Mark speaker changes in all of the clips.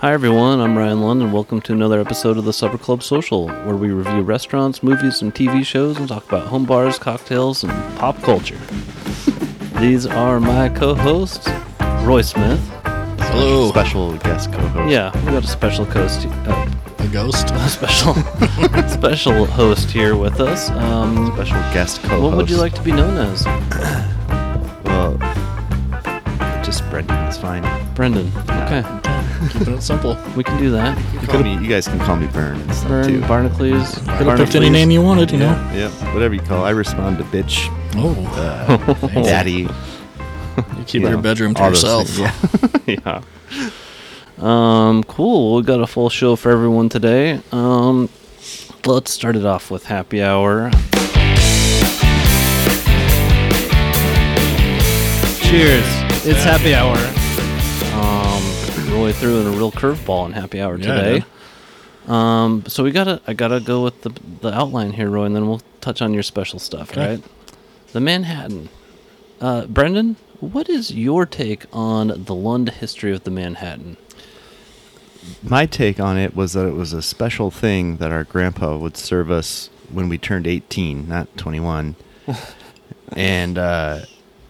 Speaker 1: Hi, everyone. I'm Ryan Lund, and welcome to another episode of the Supper Club Social, where we review restaurants, movies, and TV shows and talk about home bars, cocktails, and pop culture. These are my co hosts, Roy Smith.
Speaker 2: Hello.
Speaker 3: Special guest co-host.
Speaker 1: Yeah, we got a special host, uh,
Speaker 2: The ghost.
Speaker 1: special, special host here with us. Um,
Speaker 3: Special guest co-host.
Speaker 1: what would you like to be known as?
Speaker 3: Well, just Brendan is fine.
Speaker 1: Brendan. Okay,
Speaker 2: Keeping it simple.
Speaker 1: we can do that.
Speaker 3: You, call me, you guys can call me Burn and stuff
Speaker 1: Bern,
Speaker 3: too.
Speaker 1: Barnacles.
Speaker 2: Could have picked any
Speaker 3: Barnacles.
Speaker 2: name you wanted, you
Speaker 3: yeah, yeah, whatever you call. I respond to bitch,
Speaker 2: know. Oh, thanks.
Speaker 3: daddy.
Speaker 2: You keep
Speaker 3: you
Speaker 2: your
Speaker 3: know,
Speaker 2: bedroom to
Speaker 3: all those
Speaker 2: yourself.
Speaker 3: things, Yeah.
Speaker 1: yeah. Um, cool. Well, we got a full show for everyone today. Um, let's start it off with happy hour. Cheers. It's happy hour. Um, Roy threw in a real curveball in happy hour
Speaker 2: Yeah, I
Speaker 1: today. Um, so we gotta, I gotta go with the the outline here, Roy, and then we'll touch on your special stuff,
Speaker 2: Okay.
Speaker 1: right? The Manhattan. Uh, Brendan, what is your take on the Lund history of the Manhattan?
Speaker 3: My take on it was that it was a special thing that our grandpa would serve us when we turned 18, not 21. and uh,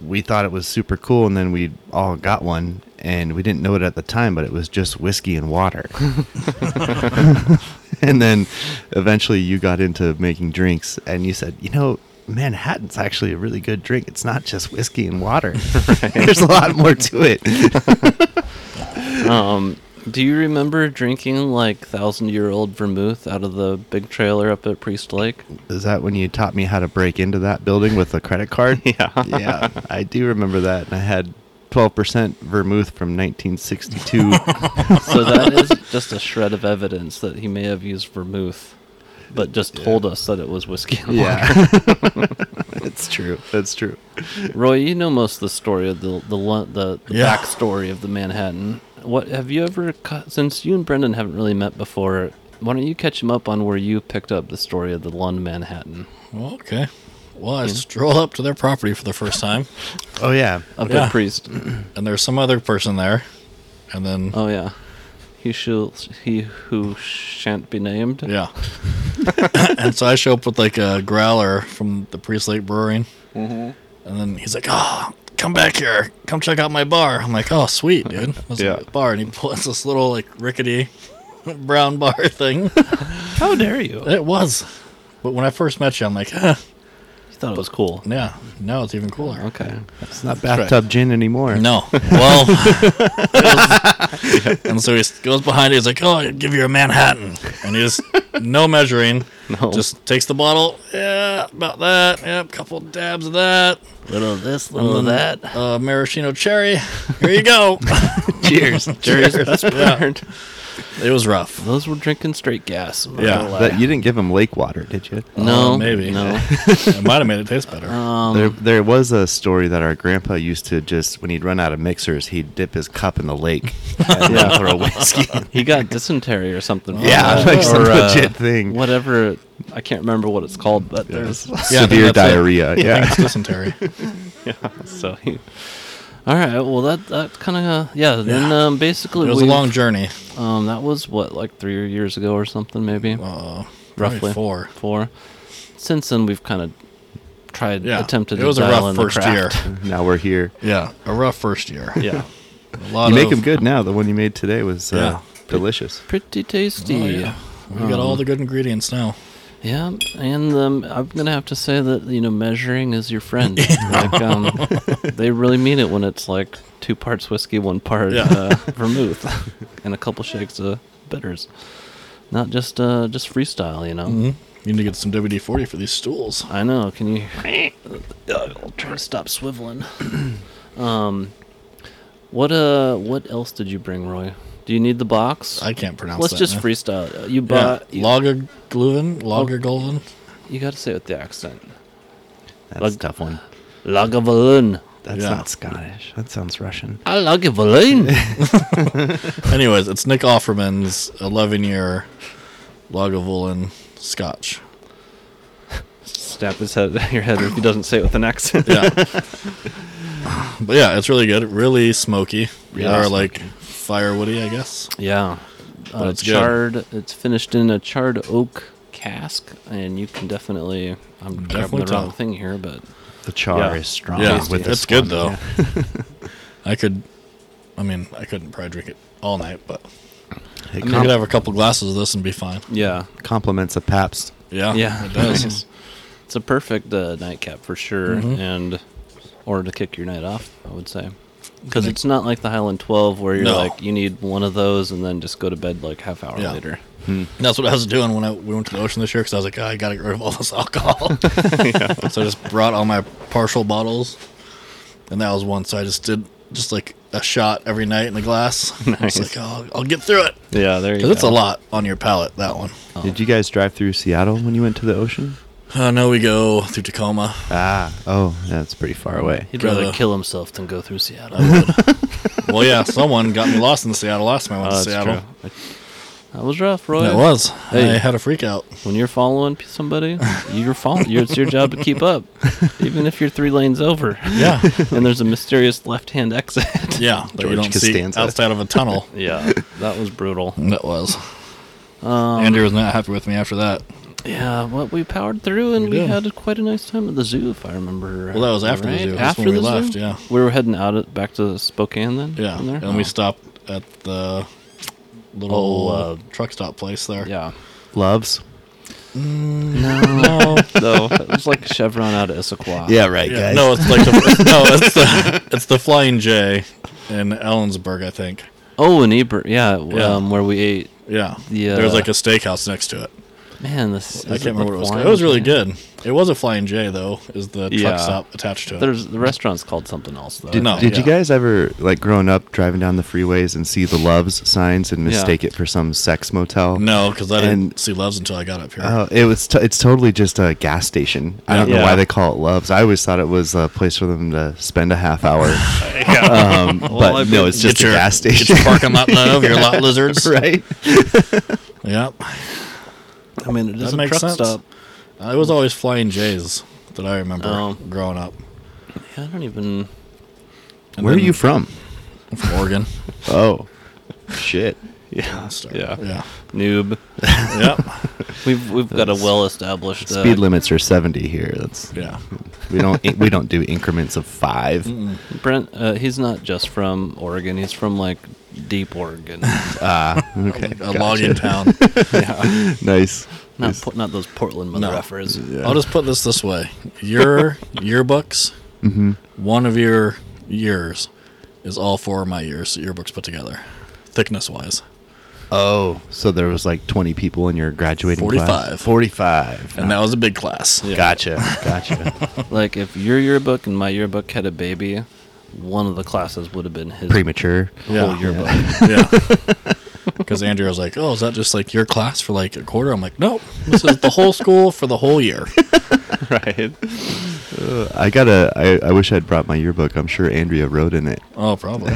Speaker 3: we thought it was super cool, and then we all got one, and we didn't know it at the time, but it was just whiskey and water. and then eventually you got into making drinks, and you said, you know, Manhattan's actually a really good drink. It's not just whiskey and water. There's a lot more to it.
Speaker 1: Um, do you remember drinking like thousand year old vermouth out of the big trailer up at Priest Lake?
Speaker 3: Is that when you taught me how to break into that building with a credit card?
Speaker 1: Yeah.
Speaker 3: yeah, I do remember that. And I had 12% vermouth from 1962.
Speaker 1: so that is just a shred of evidence that he may have used vermouth, but just told us that it was whiskey and water.
Speaker 3: yeah. it's true. That's true.
Speaker 1: Roy, you know most of the story of the the Lon- the, the
Speaker 2: Yeah.
Speaker 1: backstory of the Manhattan. What have you ever cu- since you and Brendan haven't really met before? Why don't you catch him up on where you picked up the story of the Lund Manhattan
Speaker 2: Well, okay. Well, I stroll up to their property for the first time,
Speaker 3: Oh, yeah.
Speaker 1: of
Speaker 2: Yeah.
Speaker 1: the priest?
Speaker 2: and there's some other person there, and then
Speaker 1: Oh yeah, he shall he who shan't be named.
Speaker 2: yeah. and so I show up with like a growler from the Priest Lake Brewing, and then he's like, "Ah, come back here, come check out my bar." I'm like, "Oh, sweet, dude, What's
Speaker 3: Yeah.
Speaker 2: yeah. bar." And he pulls this little like rickety brown bar thing.
Speaker 1: How dare you?
Speaker 2: It was. But when I first met you, I'm like, huh,
Speaker 1: He thought it was cool.
Speaker 2: yeah, now it's even cooler.
Speaker 1: Okay.
Speaker 3: It's not bathtub gin anymore.
Speaker 2: No. Well. it was- And so he s- goes behind you. He's like, oh, I'll give you a Manhattan. And he's no measuring.
Speaker 1: No.
Speaker 2: Just takes the bottle. Yeah, about that. Yep, couple dabs of that.
Speaker 1: little of this, little of that.
Speaker 2: Uh, maraschino cherry. Here you go.
Speaker 1: Cheers. Cheers. That's burned.
Speaker 2: it was rough.
Speaker 1: Those were drinking straight gas. I'm not
Speaker 2: Yeah.
Speaker 1: gonna lie.
Speaker 3: That, you didn't give him lake water, did you?
Speaker 1: no.
Speaker 2: Uh, maybe.
Speaker 1: No.
Speaker 2: it might have made it taste better.
Speaker 1: Um,
Speaker 3: there, there was a story that our grandpa used to just, when he'd run out of mixers, he'd dip his cup in the lake and
Speaker 1: Yeah.
Speaker 3: throw whiskey.
Speaker 1: He got dysentery or something. from
Speaker 3: Yeah,
Speaker 1: that,
Speaker 3: like some
Speaker 1: or, uh,
Speaker 3: legit thing.
Speaker 1: Whatever. I can't remember what it's called, but there's
Speaker 2: Yeah, I think
Speaker 3: Severe
Speaker 2: that's it.
Speaker 3: diarrhea.
Speaker 2: I think
Speaker 3: Yeah.
Speaker 2: it's dysentery.
Speaker 1: so. He, all right. Well, that that kind of yeah. Then
Speaker 2: Yeah.
Speaker 1: um, basically
Speaker 2: It was a
Speaker 1: we've-
Speaker 2: long journey.
Speaker 1: Um, that was what like three years ago or something, maybe
Speaker 2: Uh, probably
Speaker 1: roughly
Speaker 2: Four.
Speaker 1: Four. Since then, we've kind of tried
Speaker 2: Yeah.
Speaker 1: attempted.
Speaker 2: it was
Speaker 1: to
Speaker 2: a
Speaker 1: dial
Speaker 2: rough
Speaker 1: in the
Speaker 2: first year.
Speaker 1: craft.
Speaker 3: Now we're here.
Speaker 2: Yeah, a rough first year.
Speaker 1: Yeah,
Speaker 2: A lot
Speaker 3: You make
Speaker 2: of-
Speaker 3: them good now. The one you made today was uh, delicious.
Speaker 1: pretty tasty.
Speaker 2: Oh, yeah. We got all the
Speaker 1: Um,
Speaker 2: good ingredients now.
Speaker 1: Yeah, and um, I'm gonna have to say that you know measuring is your friend. like, um, they really mean it when it's like two parts whiskey, one part
Speaker 2: Yeah.
Speaker 1: uh, vermouth, and a couple shakes of bitters. Not just uh, just freestyle, you know.
Speaker 2: You need to get some WD forty for these stools.
Speaker 1: I know. Can you? I'll try to stop swiveling. um, what uh, what else did you bring, Roy? Do you need the box?
Speaker 2: I can't pronounce.
Speaker 1: Let's
Speaker 2: that,
Speaker 1: just
Speaker 2: man.
Speaker 1: freestyle. You
Speaker 2: Yeah.
Speaker 1: bought. You,
Speaker 2: Lagerglühen, Lagerglühen.
Speaker 1: you got to say it with the accent.
Speaker 3: That's
Speaker 1: Like-
Speaker 3: a tough one.
Speaker 1: Lagavulin.
Speaker 3: That's
Speaker 2: Yeah.
Speaker 3: not Scottish. That sounds Russian.
Speaker 1: I Lagavulin.
Speaker 2: Anyways, it's Nick Offerman's eleven-year Lagerglühen Scotch.
Speaker 1: Snap his head, your head, if he doesn't say it with an accent.
Speaker 2: Yeah, but yeah, it's really good. Really smoky.
Speaker 3: Really
Speaker 2: there are like firewoody, I guess.
Speaker 1: Yeah.
Speaker 2: Oh,
Speaker 1: But
Speaker 2: that's
Speaker 1: it's
Speaker 2: good.
Speaker 1: charred. It's finished in a charred oak cask, and you can definitely. I'm
Speaker 2: Definitely
Speaker 1: grabbing the wrong
Speaker 2: tell.
Speaker 1: thing here, but
Speaker 3: The char
Speaker 1: Yeah.
Speaker 3: is strong.
Speaker 2: Yeah,
Speaker 3: with
Speaker 2: it's
Speaker 3: this
Speaker 2: good,
Speaker 3: one,
Speaker 2: though.
Speaker 3: yeah.
Speaker 2: I could, I mean, I couldn't probably drink it all night, but
Speaker 3: It
Speaker 2: I mean, I
Speaker 3: com-
Speaker 2: could have a couple glasses of this and be fine.
Speaker 1: yeah,
Speaker 3: complements a Pabst.
Speaker 2: Yeah,
Speaker 1: Yeah.
Speaker 2: it does.
Speaker 1: it's a perfect uh, nightcap for sure,
Speaker 2: Mhm.
Speaker 1: and or to kick your night off, I would say, because
Speaker 2: Gonna-
Speaker 1: it's not like the Highland Twelve where you're
Speaker 2: No.
Speaker 1: like you need one of those and then just go to bed like half hour
Speaker 2: Yeah.
Speaker 1: later.
Speaker 2: And that's what I was doing when I we went to the ocean this year because I was like, "Oh, I got to get rid of all this alcohol. So I just brought all my partial bottles, and that was one. So I just did just like a shot every night in the glass.
Speaker 1: Nice.
Speaker 2: It's like, oh, I'll get through it
Speaker 1: Yeah, there you go.
Speaker 2: because it's a lot on your palate. That one.
Speaker 3: Did you guys drive through Seattle when you went to the ocean?
Speaker 2: Uh, now we go through Tacoma.
Speaker 3: Ah, oh, that's pretty far away.
Speaker 1: He'd rather
Speaker 2: Brother.
Speaker 1: kill himself than go through Seattle.
Speaker 2: well, yeah, someone got me lost in Seattle last time I went
Speaker 1: Oh,
Speaker 2: to Seattle.
Speaker 1: true. That was rough, Roy.
Speaker 2: That was.
Speaker 1: Hey.
Speaker 2: I had a freak out.
Speaker 1: When you're following p- somebody, you're following. You're, it's your job to keep up, even if you're three lanes over.
Speaker 2: Yeah,
Speaker 1: And there's a mysterious left-hand exit.
Speaker 2: yeah. That
Speaker 3: George
Speaker 2: you don't
Speaker 3: Costanza.
Speaker 2: see outside of a tunnel.
Speaker 1: yeah, that was brutal.
Speaker 2: that was.
Speaker 1: Um,
Speaker 2: Andrew was not happy with me after that.
Speaker 1: Yeah, well, we powered through and we
Speaker 2: did.
Speaker 1: had quite a nice time at the zoo, if I remember.
Speaker 2: Well, that was after the zoo. That's
Speaker 1: After
Speaker 2: when we
Speaker 1: the
Speaker 2: left,
Speaker 1: zoo?
Speaker 2: yeah.
Speaker 1: we were heading out at, back to Spokane then.
Speaker 2: Yeah,
Speaker 1: from there?
Speaker 2: and
Speaker 1: Oh.
Speaker 2: we stopped at the little
Speaker 1: Oh, uh,
Speaker 2: uh, truck stop place there.
Speaker 1: Yeah.
Speaker 3: Loves?
Speaker 1: No, no, it was like Chevron out of Issaquah.
Speaker 3: right,
Speaker 2: Yeah, no, it's like the, no, it's the it's the Flying J in Ellensburg, I think.
Speaker 1: Oh, and Ebert, yeah,
Speaker 2: Yeah.
Speaker 1: Um, where we ate.
Speaker 2: Yeah,
Speaker 1: The, uh,
Speaker 2: there was like a steakhouse next to it.
Speaker 1: Man, this
Speaker 2: I
Speaker 1: is
Speaker 2: can't
Speaker 1: the
Speaker 2: remember what it was.
Speaker 1: Flying
Speaker 2: called. It was really
Speaker 1: J?
Speaker 2: good. It was a Flying J though. Is the truck
Speaker 1: Yeah.
Speaker 2: stop attached to it?
Speaker 1: There's the restaurant's called something else though.
Speaker 3: Did,
Speaker 2: No,
Speaker 3: did you
Speaker 2: yeah.
Speaker 3: guys ever, like, growing up, driving down the freeways and see the Loves signs and mistake it for some sex motel?
Speaker 2: no, because I didn't
Speaker 3: And-
Speaker 2: see Loves until I got up here.
Speaker 3: Oh, it was. T- it's totally just a gas station. I don't know
Speaker 1: Yeah.
Speaker 3: why they call it Loves. I always thought it was a place for them to spend a half hour. um, but
Speaker 1: I
Speaker 3: no,
Speaker 1: bet-
Speaker 3: it's just
Speaker 2: get your
Speaker 3: a gas
Speaker 2: Get your
Speaker 3: station,
Speaker 2: parking lot love, your lot lizards.
Speaker 3: right?
Speaker 2: Yep.
Speaker 1: I mean, it is
Speaker 2: That
Speaker 1: a
Speaker 2: makes
Speaker 1: truck
Speaker 2: sense.
Speaker 1: stop.
Speaker 2: Uh, it was always Flying J's that I remember
Speaker 1: Oh.
Speaker 2: growing up.
Speaker 1: Yeah, I don't even.
Speaker 2: And
Speaker 3: Where are
Speaker 2: then-
Speaker 3: you from?
Speaker 2: I'm from Oregon.
Speaker 3: Oh, shit.
Speaker 1: Yeah, yeah,
Speaker 2: Yeah.
Speaker 1: noob.
Speaker 2: Yep.
Speaker 1: We've we've got a well-established uh,
Speaker 3: Speed limits are seventy here. That's
Speaker 2: Yeah.
Speaker 3: we don't we don't do increments of five.
Speaker 1: Brent, uh, he's not just from Oregon. He's from like deep Oregon.
Speaker 3: Ah, okay,
Speaker 2: A
Speaker 3: gotcha.
Speaker 2: log in town.
Speaker 1: yeah,
Speaker 3: Nice.
Speaker 1: not po- not those Portland
Speaker 2: No.
Speaker 1: motherfuckers.
Speaker 2: I'll just put this this way: your yearbooks,
Speaker 1: Mm-hmm.
Speaker 2: one of your years is all four of my years yearbooks put together, thickness wise,
Speaker 3: Oh, so there was like twenty people in your graduating class.
Speaker 2: 45.
Speaker 3: Forty-five.
Speaker 2: and that was a big class.
Speaker 3: Gotcha. Gotcha.
Speaker 1: Like if your yearbook and my yearbook had a baby, one of the classes would have been his.
Speaker 3: Premature.
Speaker 2: Yeah.
Speaker 1: Whole yearbook.
Speaker 2: Yeah. Because Andrew was like, "Oh, is that just like your class for like a quarter?" I'm like, "Nope, this is the whole school for the whole year."
Speaker 1: right.
Speaker 3: Uh, I gotta. I, I wish I'd brought my yearbook. I'm sure Andrea wrote in it.
Speaker 2: Oh, probably.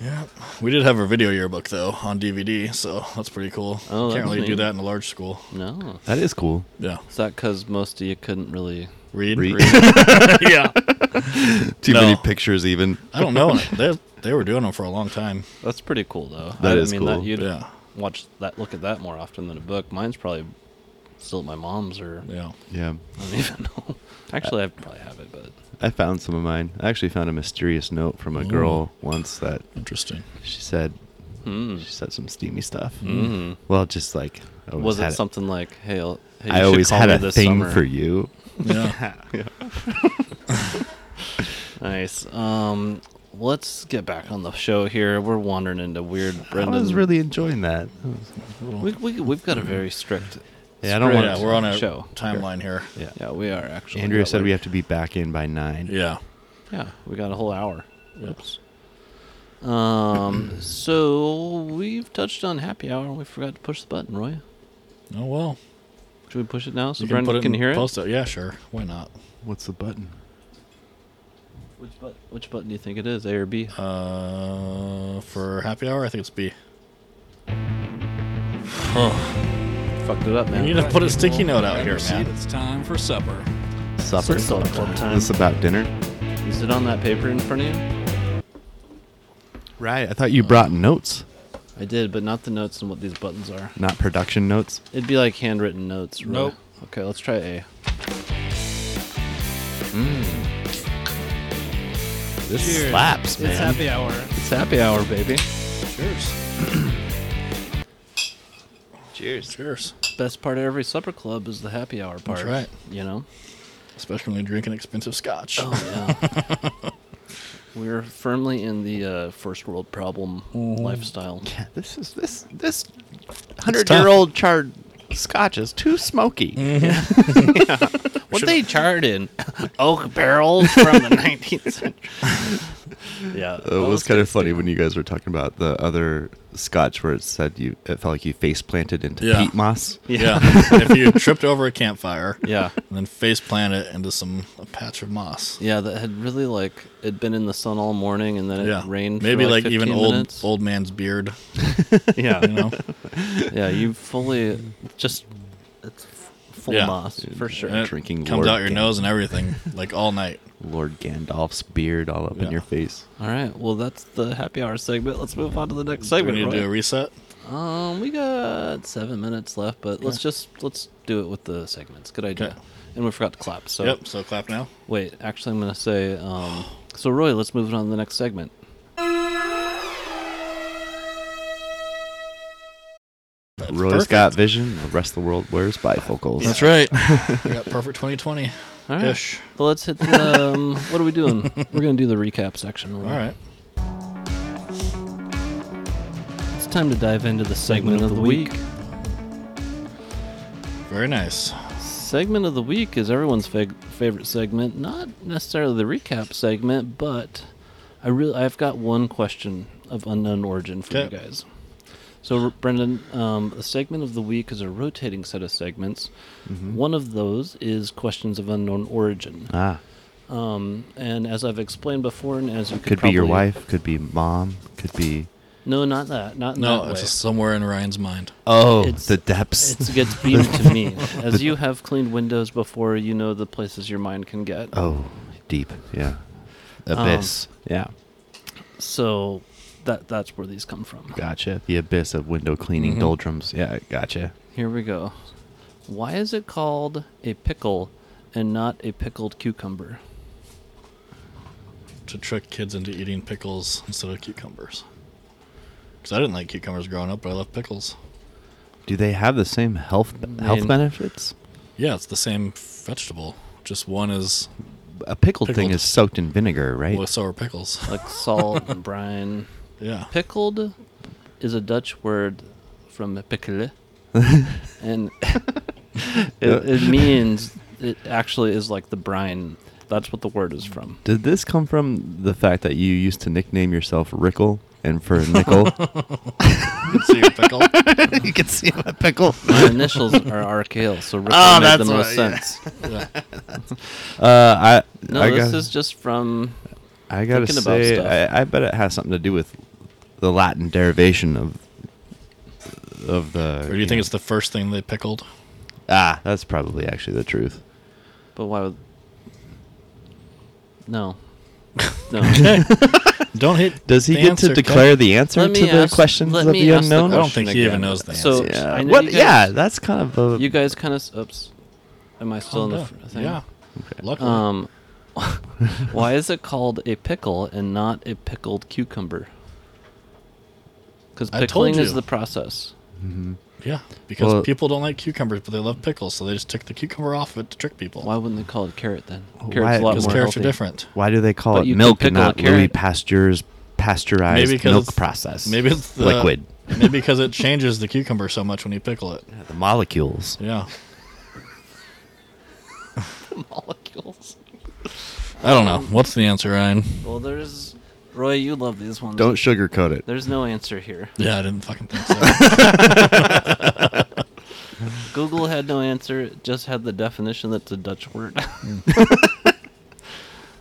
Speaker 2: yeah, we did have our video yearbook though on DVD, so that's pretty cool.
Speaker 1: Oh,
Speaker 2: Can't
Speaker 1: that's
Speaker 2: really
Speaker 1: neat.
Speaker 2: do that in a large school.
Speaker 1: No,
Speaker 3: That is cool.
Speaker 2: Yeah,
Speaker 1: is that because most of you couldn't really?
Speaker 2: read,
Speaker 3: Read.
Speaker 2: yeah,
Speaker 3: Too
Speaker 2: No.
Speaker 3: many pictures, even.
Speaker 2: I don't know. They they were doing them for a long time.
Speaker 1: That's pretty cool though.
Speaker 3: That
Speaker 1: I
Speaker 3: is
Speaker 1: mean,
Speaker 3: cool.
Speaker 1: That, you'd
Speaker 2: Yeah,
Speaker 1: watch that, look at that more often than a book. Mine's probably still at my mom's, or
Speaker 2: yeah.
Speaker 3: Yeah,
Speaker 1: I don't even know. Actually, I probably have it, but
Speaker 3: I found some of mine. I actually found a mysterious note from a girl once that
Speaker 2: Interesting.
Speaker 3: she said
Speaker 1: mm.
Speaker 3: she said some steamy stuff.
Speaker 1: Mm.
Speaker 3: Well, just like I Mm-hmm.
Speaker 1: was
Speaker 3: always had
Speaker 1: it something like, "Hey, I'll- hey you
Speaker 3: I
Speaker 1: should
Speaker 3: always
Speaker 1: call
Speaker 3: had
Speaker 1: me
Speaker 3: a
Speaker 1: this
Speaker 3: thing
Speaker 1: summer.
Speaker 3: for you.
Speaker 2: Yeah.
Speaker 1: Nice. Um, let's get back on the show here. We're wandering into weird. Brendan,
Speaker 3: I was really enjoying that.
Speaker 1: We, we, we've got a very strict.
Speaker 3: Yeah, I don't
Speaker 1: strict
Speaker 3: want
Speaker 2: yeah, we're on a
Speaker 1: show.
Speaker 2: timeline here.
Speaker 3: Yeah.
Speaker 1: Yeah, we are actually.
Speaker 3: Andrea
Speaker 1: Yeah,
Speaker 3: said
Speaker 1: we're-
Speaker 3: we have to be back in by nine.
Speaker 2: Yeah.
Speaker 1: Yeah, we got a whole hour. Oops. Um, so we've touched on happy hour. and We forgot to push the button, Roy.
Speaker 2: Oh well.
Speaker 1: Should we push it now so
Speaker 2: You
Speaker 1: Brendan can,
Speaker 2: in-
Speaker 1: hear
Speaker 2: post it. Yeah, sure. Why not?
Speaker 3: What's the button?
Speaker 1: it? Which, but- which button do you think it is, A or B?
Speaker 2: Uh, for happy hour, I think it's B.
Speaker 1: Fucked it up,
Speaker 2: You
Speaker 1: man.
Speaker 2: need to put a sticky note out here, man.
Speaker 4: It's time for supper.
Speaker 3: Supper.
Speaker 1: Supper club time.
Speaker 3: This about dinner.
Speaker 1: Is it on that paper in front of you?
Speaker 3: Right. I thought you brought notes,
Speaker 1: I did, but not the notes and what these buttons are.
Speaker 3: not production notes.
Speaker 1: It'd be like handwritten notes. Right?
Speaker 2: Nope.
Speaker 1: Okay, let's try A.
Speaker 3: This
Speaker 4: Cheers.
Speaker 3: slaps,
Speaker 4: It's
Speaker 3: man.
Speaker 4: happy hour.
Speaker 1: It's happy hour, baby.
Speaker 2: Cheers.
Speaker 3: Cheers.
Speaker 2: Cheers.
Speaker 1: Best part of every supper club is the happy hour part.
Speaker 2: right.
Speaker 1: You know.
Speaker 2: Especially when you drink an expensive scotch.
Speaker 1: Oh yeah. We're firmly in the uh, first world problem lifestyle.
Speaker 3: Yeah, this is this this hundred year old charred scotch is too smoky.
Speaker 1: What they charred in oak barrels from the 19th century. Yeah,
Speaker 3: It was kind of funny when you guys were talking about the other scotch where it said you it felt like you face planted into
Speaker 2: Yeah.
Speaker 3: peat moss.
Speaker 2: Yeah. if you tripped over a campfire
Speaker 1: yeah,
Speaker 2: and then face planted into some a patch of moss.
Speaker 1: yeah. That had really like it'd been in the sun all morning, and then it
Speaker 2: Yeah.
Speaker 1: rained.
Speaker 2: Maybe
Speaker 1: for, like,
Speaker 2: like, even
Speaker 1: 15
Speaker 2: old
Speaker 1: minutes.
Speaker 2: old man's beard.
Speaker 1: Yeah,
Speaker 2: You know?
Speaker 1: yeah. You fully just it's full
Speaker 2: Yeah.
Speaker 1: moss for sure.
Speaker 2: And it
Speaker 3: Drinking
Speaker 2: comes
Speaker 3: Lord
Speaker 2: out your
Speaker 3: Gan-
Speaker 2: nose and everything, like all night.
Speaker 3: Lord Gandalf's beard all up
Speaker 2: Yeah.
Speaker 3: in your face.
Speaker 1: All right. Well, that's the happy hour segment. Let's move on to the next
Speaker 2: Do we
Speaker 1: segment.
Speaker 2: need to do a
Speaker 1: Roy.
Speaker 2: reset?
Speaker 1: um, we got seven minutes left, but let's just let's do it with the segments. Good idea.
Speaker 2: Okay.
Speaker 1: And we forgot to clap. So
Speaker 2: Yep, so clap now.
Speaker 1: wait, actually, I'm gonna say. Um, so Roy, let's move on to the next segment.
Speaker 3: Roy's
Speaker 2: perfect.
Speaker 3: got vision. The rest of the world wears bifocals.
Speaker 2: That's right. we got perfect 2020
Speaker 1: All right.
Speaker 2: ish.
Speaker 1: Well, let's hit the. Um, what are we doing? We're gonna do the recap section. Roy.
Speaker 2: All right.
Speaker 1: It's time to dive into the segment, of, the week.
Speaker 2: Very nice.
Speaker 1: Segment of the week is everyone's fag- favorite segment, not necessarily the recap segment, but I really I've got one question of unknown origin for
Speaker 2: Okay.
Speaker 1: you guys. So Brendan, um, the segment of the week is a rotating set of segments.
Speaker 2: Mm-hmm.
Speaker 1: One of those is questions of unknown origin,
Speaker 3: Ah,
Speaker 1: um, and as I've explained before, and as you could,
Speaker 3: could, be your
Speaker 1: probably-
Speaker 3: wife. Could be mom. Could be
Speaker 1: No, not that. Not in
Speaker 2: No,
Speaker 1: that
Speaker 2: it's
Speaker 1: way.
Speaker 2: just somewhere in Ryan's mind.
Speaker 3: oh
Speaker 1: It's-
Speaker 3: the depths.
Speaker 1: It gets beamed to me. As you have cleaned windows before, you know the places your mind can get.
Speaker 3: oh, deep. Yeah, abyss. yeah,
Speaker 1: So that that's where these come from.
Speaker 3: gotcha. The abyss of window cleaning
Speaker 2: Mhm.
Speaker 3: doldrums. Yeah, gotcha.
Speaker 1: Here we go. Why is it called a pickle and not a pickled cucumber?
Speaker 2: to trick kids into eating pickles instead of cucumbers. Because I didn't like cucumbers growing up, but I love pickles.
Speaker 3: Do they have the same health health
Speaker 1: Man.
Speaker 3: benefits?
Speaker 2: Yeah, it's the same vegetable. Just one is
Speaker 3: A pickled, thing
Speaker 2: Pickled.
Speaker 3: is soaked in vinegar, right?
Speaker 2: well, so are pickles.
Speaker 1: Like salt and brine.
Speaker 2: Yeah.
Speaker 1: Pickled is a Dutch word from pickle, and it, it means it actually is like the brine. That's what the word is from.
Speaker 3: Did this come from the fact that you used to nickname yourself Rickle and for a nickel?
Speaker 2: You can see your pickle.
Speaker 3: you can see my pickle.
Speaker 1: My initials are RKL, so Rickle
Speaker 3: Oh,
Speaker 1: made
Speaker 3: that's
Speaker 1: the
Speaker 3: what-
Speaker 1: most
Speaker 3: yeah.
Speaker 1: sense.
Speaker 3: Uh, I
Speaker 1: No,
Speaker 3: I
Speaker 1: this
Speaker 3: got,
Speaker 1: is just from
Speaker 3: I gotta
Speaker 1: thinking about
Speaker 3: say,
Speaker 1: stuff.
Speaker 3: I, I bet it has something to do with the Latin derivation of of the.
Speaker 2: Or do you think it's the first thing they pickled?
Speaker 3: ah? That's probably actually the truth.
Speaker 1: But why would? No. No.
Speaker 2: Don't hit.
Speaker 3: Does he
Speaker 2: the
Speaker 3: get
Speaker 2: answer,
Speaker 3: to
Speaker 2: okay?
Speaker 3: declare the answer
Speaker 1: Let
Speaker 3: to
Speaker 1: me
Speaker 3: the
Speaker 1: ask-
Speaker 3: questions
Speaker 1: let
Speaker 3: of
Speaker 1: me
Speaker 3: the
Speaker 1: ask the
Speaker 3: unknown? Oh,
Speaker 2: I don't think he
Speaker 1: Question
Speaker 2: even
Speaker 1: again.
Speaker 2: knows the answer.
Speaker 1: So-
Speaker 3: yeah.
Speaker 1: I know
Speaker 3: what?
Speaker 1: you guys-
Speaker 3: yeah, that's kind of a.
Speaker 1: you guys kind of. Oops. Am I still in
Speaker 2: Oh,
Speaker 1: the
Speaker 2: yeah.
Speaker 1: fr- thing?
Speaker 2: Yeah. Luckily.
Speaker 1: Um, why is it called a pickle and not a pickled cucumber? Because
Speaker 2: I told
Speaker 1: pickling is
Speaker 2: you.
Speaker 1: the process.
Speaker 2: yeah. Because
Speaker 3: well-
Speaker 2: people don't like cucumbers, but they love pickles, so they just took the cucumber off it to trick people.
Speaker 1: Why wouldn't they call it carrot then?
Speaker 3: Well,
Speaker 1: Carrot's a
Speaker 3: why-
Speaker 1: lot
Speaker 2: Because
Speaker 1: more
Speaker 2: carrots
Speaker 1: healthy.
Speaker 2: are different.
Speaker 3: Why do they call
Speaker 1: But
Speaker 3: it
Speaker 1: you can
Speaker 3: milk
Speaker 1: pickle
Speaker 3: and
Speaker 1: a
Speaker 3: not Louis
Speaker 1: carrot.
Speaker 3: Pasteur's pasteurized
Speaker 2: Maybe 'cause
Speaker 3: milk
Speaker 2: it's-
Speaker 3: process?
Speaker 2: Maybe it's the,
Speaker 3: liquid.
Speaker 2: Maybe because it changes the cucumber so much when you pickle it.
Speaker 3: The molecules.
Speaker 2: Yeah.
Speaker 1: molecules.
Speaker 2: I don't know. What's the answer, Ryan?
Speaker 1: Well, there's Roy. You love these ones.
Speaker 3: Don't sugarcoat it.
Speaker 1: There's no answer here.
Speaker 2: Yeah, I didn't fucking think so.
Speaker 1: Google had no answer. It just had the definition. That's a Dutch word.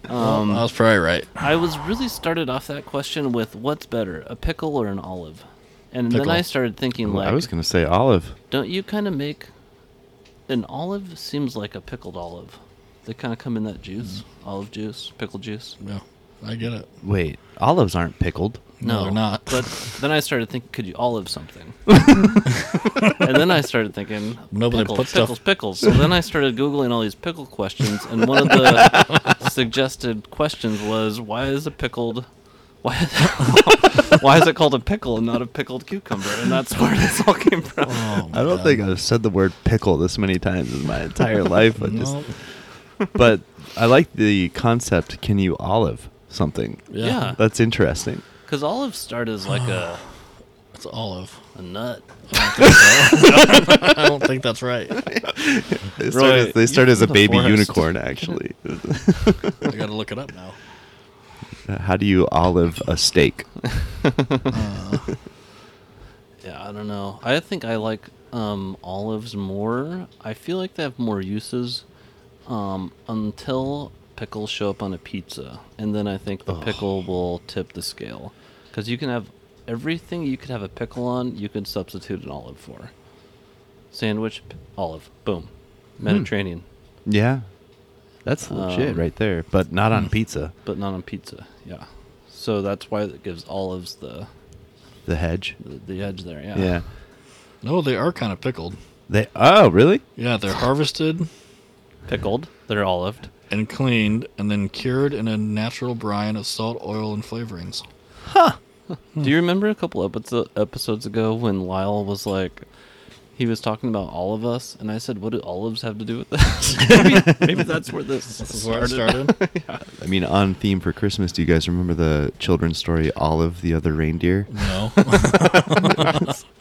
Speaker 2: um, I was probably right.
Speaker 1: I was really started off that question with what's better, a pickle or an olive? And
Speaker 2: Pickle.
Speaker 1: then I started thinking
Speaker 3: Well,
Speaker 1: like,
Speaker 3: I was gonna say olive.
Speaker 1: don't you kind of make an olive
Speaker 3: Mm-hmm.
Speaker 1: seems like a pickled olive. They kind of come in that juice, olive juice, pickle juice.
Speaker 2: Yeah. I get it.
Speaker 3: Wait, olives aren't pickled.
Speaker 2: No, they're not.
Speaker 1: But then I started thinking, could you olive something? and then I started thinking,
Speaker 2: No, but they
Speaker 1: pickles,
Speaker 2: put stuff-
Speaker 1: pickles, pickles. So then I started googling all these pickle questions, and one of the suggested questions was, why is a pickled, why, why is it called a pickle and not a pickled cucumber? And that's where this all came from.
Speaker 2: Oh,
Speaker 3: I don't
Speaker 2: man.
Speaker 3: think I've said the word pickle this many times in my entire life. But, just-
Speaker 2: No.
Speaker 3: but I like the concept. Can you olive something?
Speaker 2: Yeah.
Speaker 1: Yeah,
Speaker 3: That's interesting.
Speaker 1: because olives start as like a,
Speaker 2: It's olive.
Speaker 1: a nut.
Speaker 2: I don't think that's right.
Speaker 3: They start,
Speaker 1: Roy,
Speaker 3: as, they
Speaker 1: you
Speaker 3: start as a
Speaker 1: from the
Speaker 3: baby
Speaker 1: forest.
Speaker 3: unicorn, actually.
Speaker 2: I got to look it up now.
Speaker 3: How do you olive a steak?
Speaker 2: Uh,
Speaker 1: Yeah, I don't know. I think I like um, olives more. I feel like they have more uses um, until pickles show up on a pizza, and then I think the pickle will tip the scale because you can have everything you could have a pickle on. You could substitute an olive for sandwich p- olive. Boom, Mediterranean,
Speaker 3: Yeah. That's legit
Speaker 1: Um,
Speaker 3: right there, but not on pizza.
Speaker 1: but not on pizza. Yeah, so that's why it gives olives the
Speaker 3: The hedge.
Speaker 1: the, the edge there. Yeah.
Speaker 3: Yeah.
Speaker 2: No, they are kind of pickled.
Speaker 3: They Oh, really?
Speaker 2: Yeah, they're harvested
Speaker 1: pickled. They're olived.
Speaker 2: and cleaned and then cured in a natural brine of salt, oil, and flavorings.
Speaker 1: Do you remember a couple episo- episodes ago when Lyle was like, he was talking about all of us, and I said, "What do olives have to do with this?" maybe, maybe that's where this
Speaker 2: This is where it
Speaker 1: started.
Speaker 2: started.
Speaker 3: I mean, on theme for Christmas, do you guys remember the children's story Olive the Other Reindeer?
Speaker 2: no.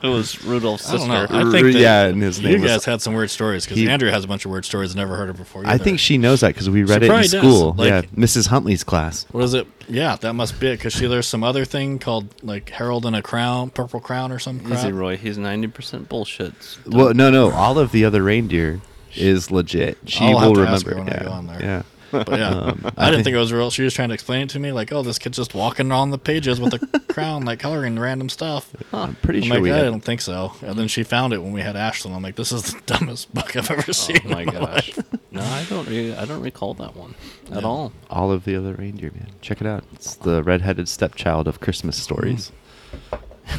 Speaker 1: It was Rudolph's
Speaker 2: I don't know.
Speaker 1: sister.
Speaker 2: I think that
Speaker 3: yeah, and his
Speaker 2: You
Speaker 3: name was
Speaker 2: guys had some weird stories because
Speaker 3: He-
Speaker 2: Andrew has a bunch of weird stories. Never heard of before.
Speaker 3: I
Speaker 2: either.
Speaker 3: think she knows that because we read
Speaker 2: She
Speaker 3: it in
Speaker 2: probably does,
Speaker 3: school.
Speaker 2: like-
Speaker 3: yeah, Mrs. Huntley's class.
Speaker 2: What is it? Yeah, that must be it. Because there's some other thing called like Harold and a Crown, Purple Crown, or some crap.
Speaker 1: Easy, Roy. He's ninety percent bullshit.
Speaker 3: Well, no, no, Olive the Other Reindeer is legit. She
Speaker 2: I'll have
Speaker 3: will
Speaker 2: to ask
Speaker 3: remember.
Speaker 2: her when I
Speaker 3: yeah,
Speaker 2: go on there.
Speaker 3: yeah.
Speaker 2: But yeah, I,
Speaker 3: I
Speaker 2: didn't
Speaker 3: think-
Speaker 2: think, it was real. She was trying to explain it to me, like, "Oh, this kid's just walking on the pages with a crown, like coloring random stuff."
Speaker 3: I'm pretty
Speaker 2: I'm
Speaker 3: sure
Speaker 2: like,
Speaker 3: we
Speaker 2: Oh I
Speaker 3: had.
Speaker 2: don't think so. And then she found it when we had Ashland. I'm like, "This is the dumbest book I've ever
Speaker 1: Oh
Speaker 2: seen."
Speaker 1: my
Speaker 2: in
Speaker 1: gosh!
Speaker 2: life."
Speaker 1: No, I don't. Re- I don't recall that one at
Speaker 2: Yeah.
Speaker 1: all.
Speaker 3: Olive the Other Reindeer, man. Check it out. It's the redheaded stepchild of Christmas stories.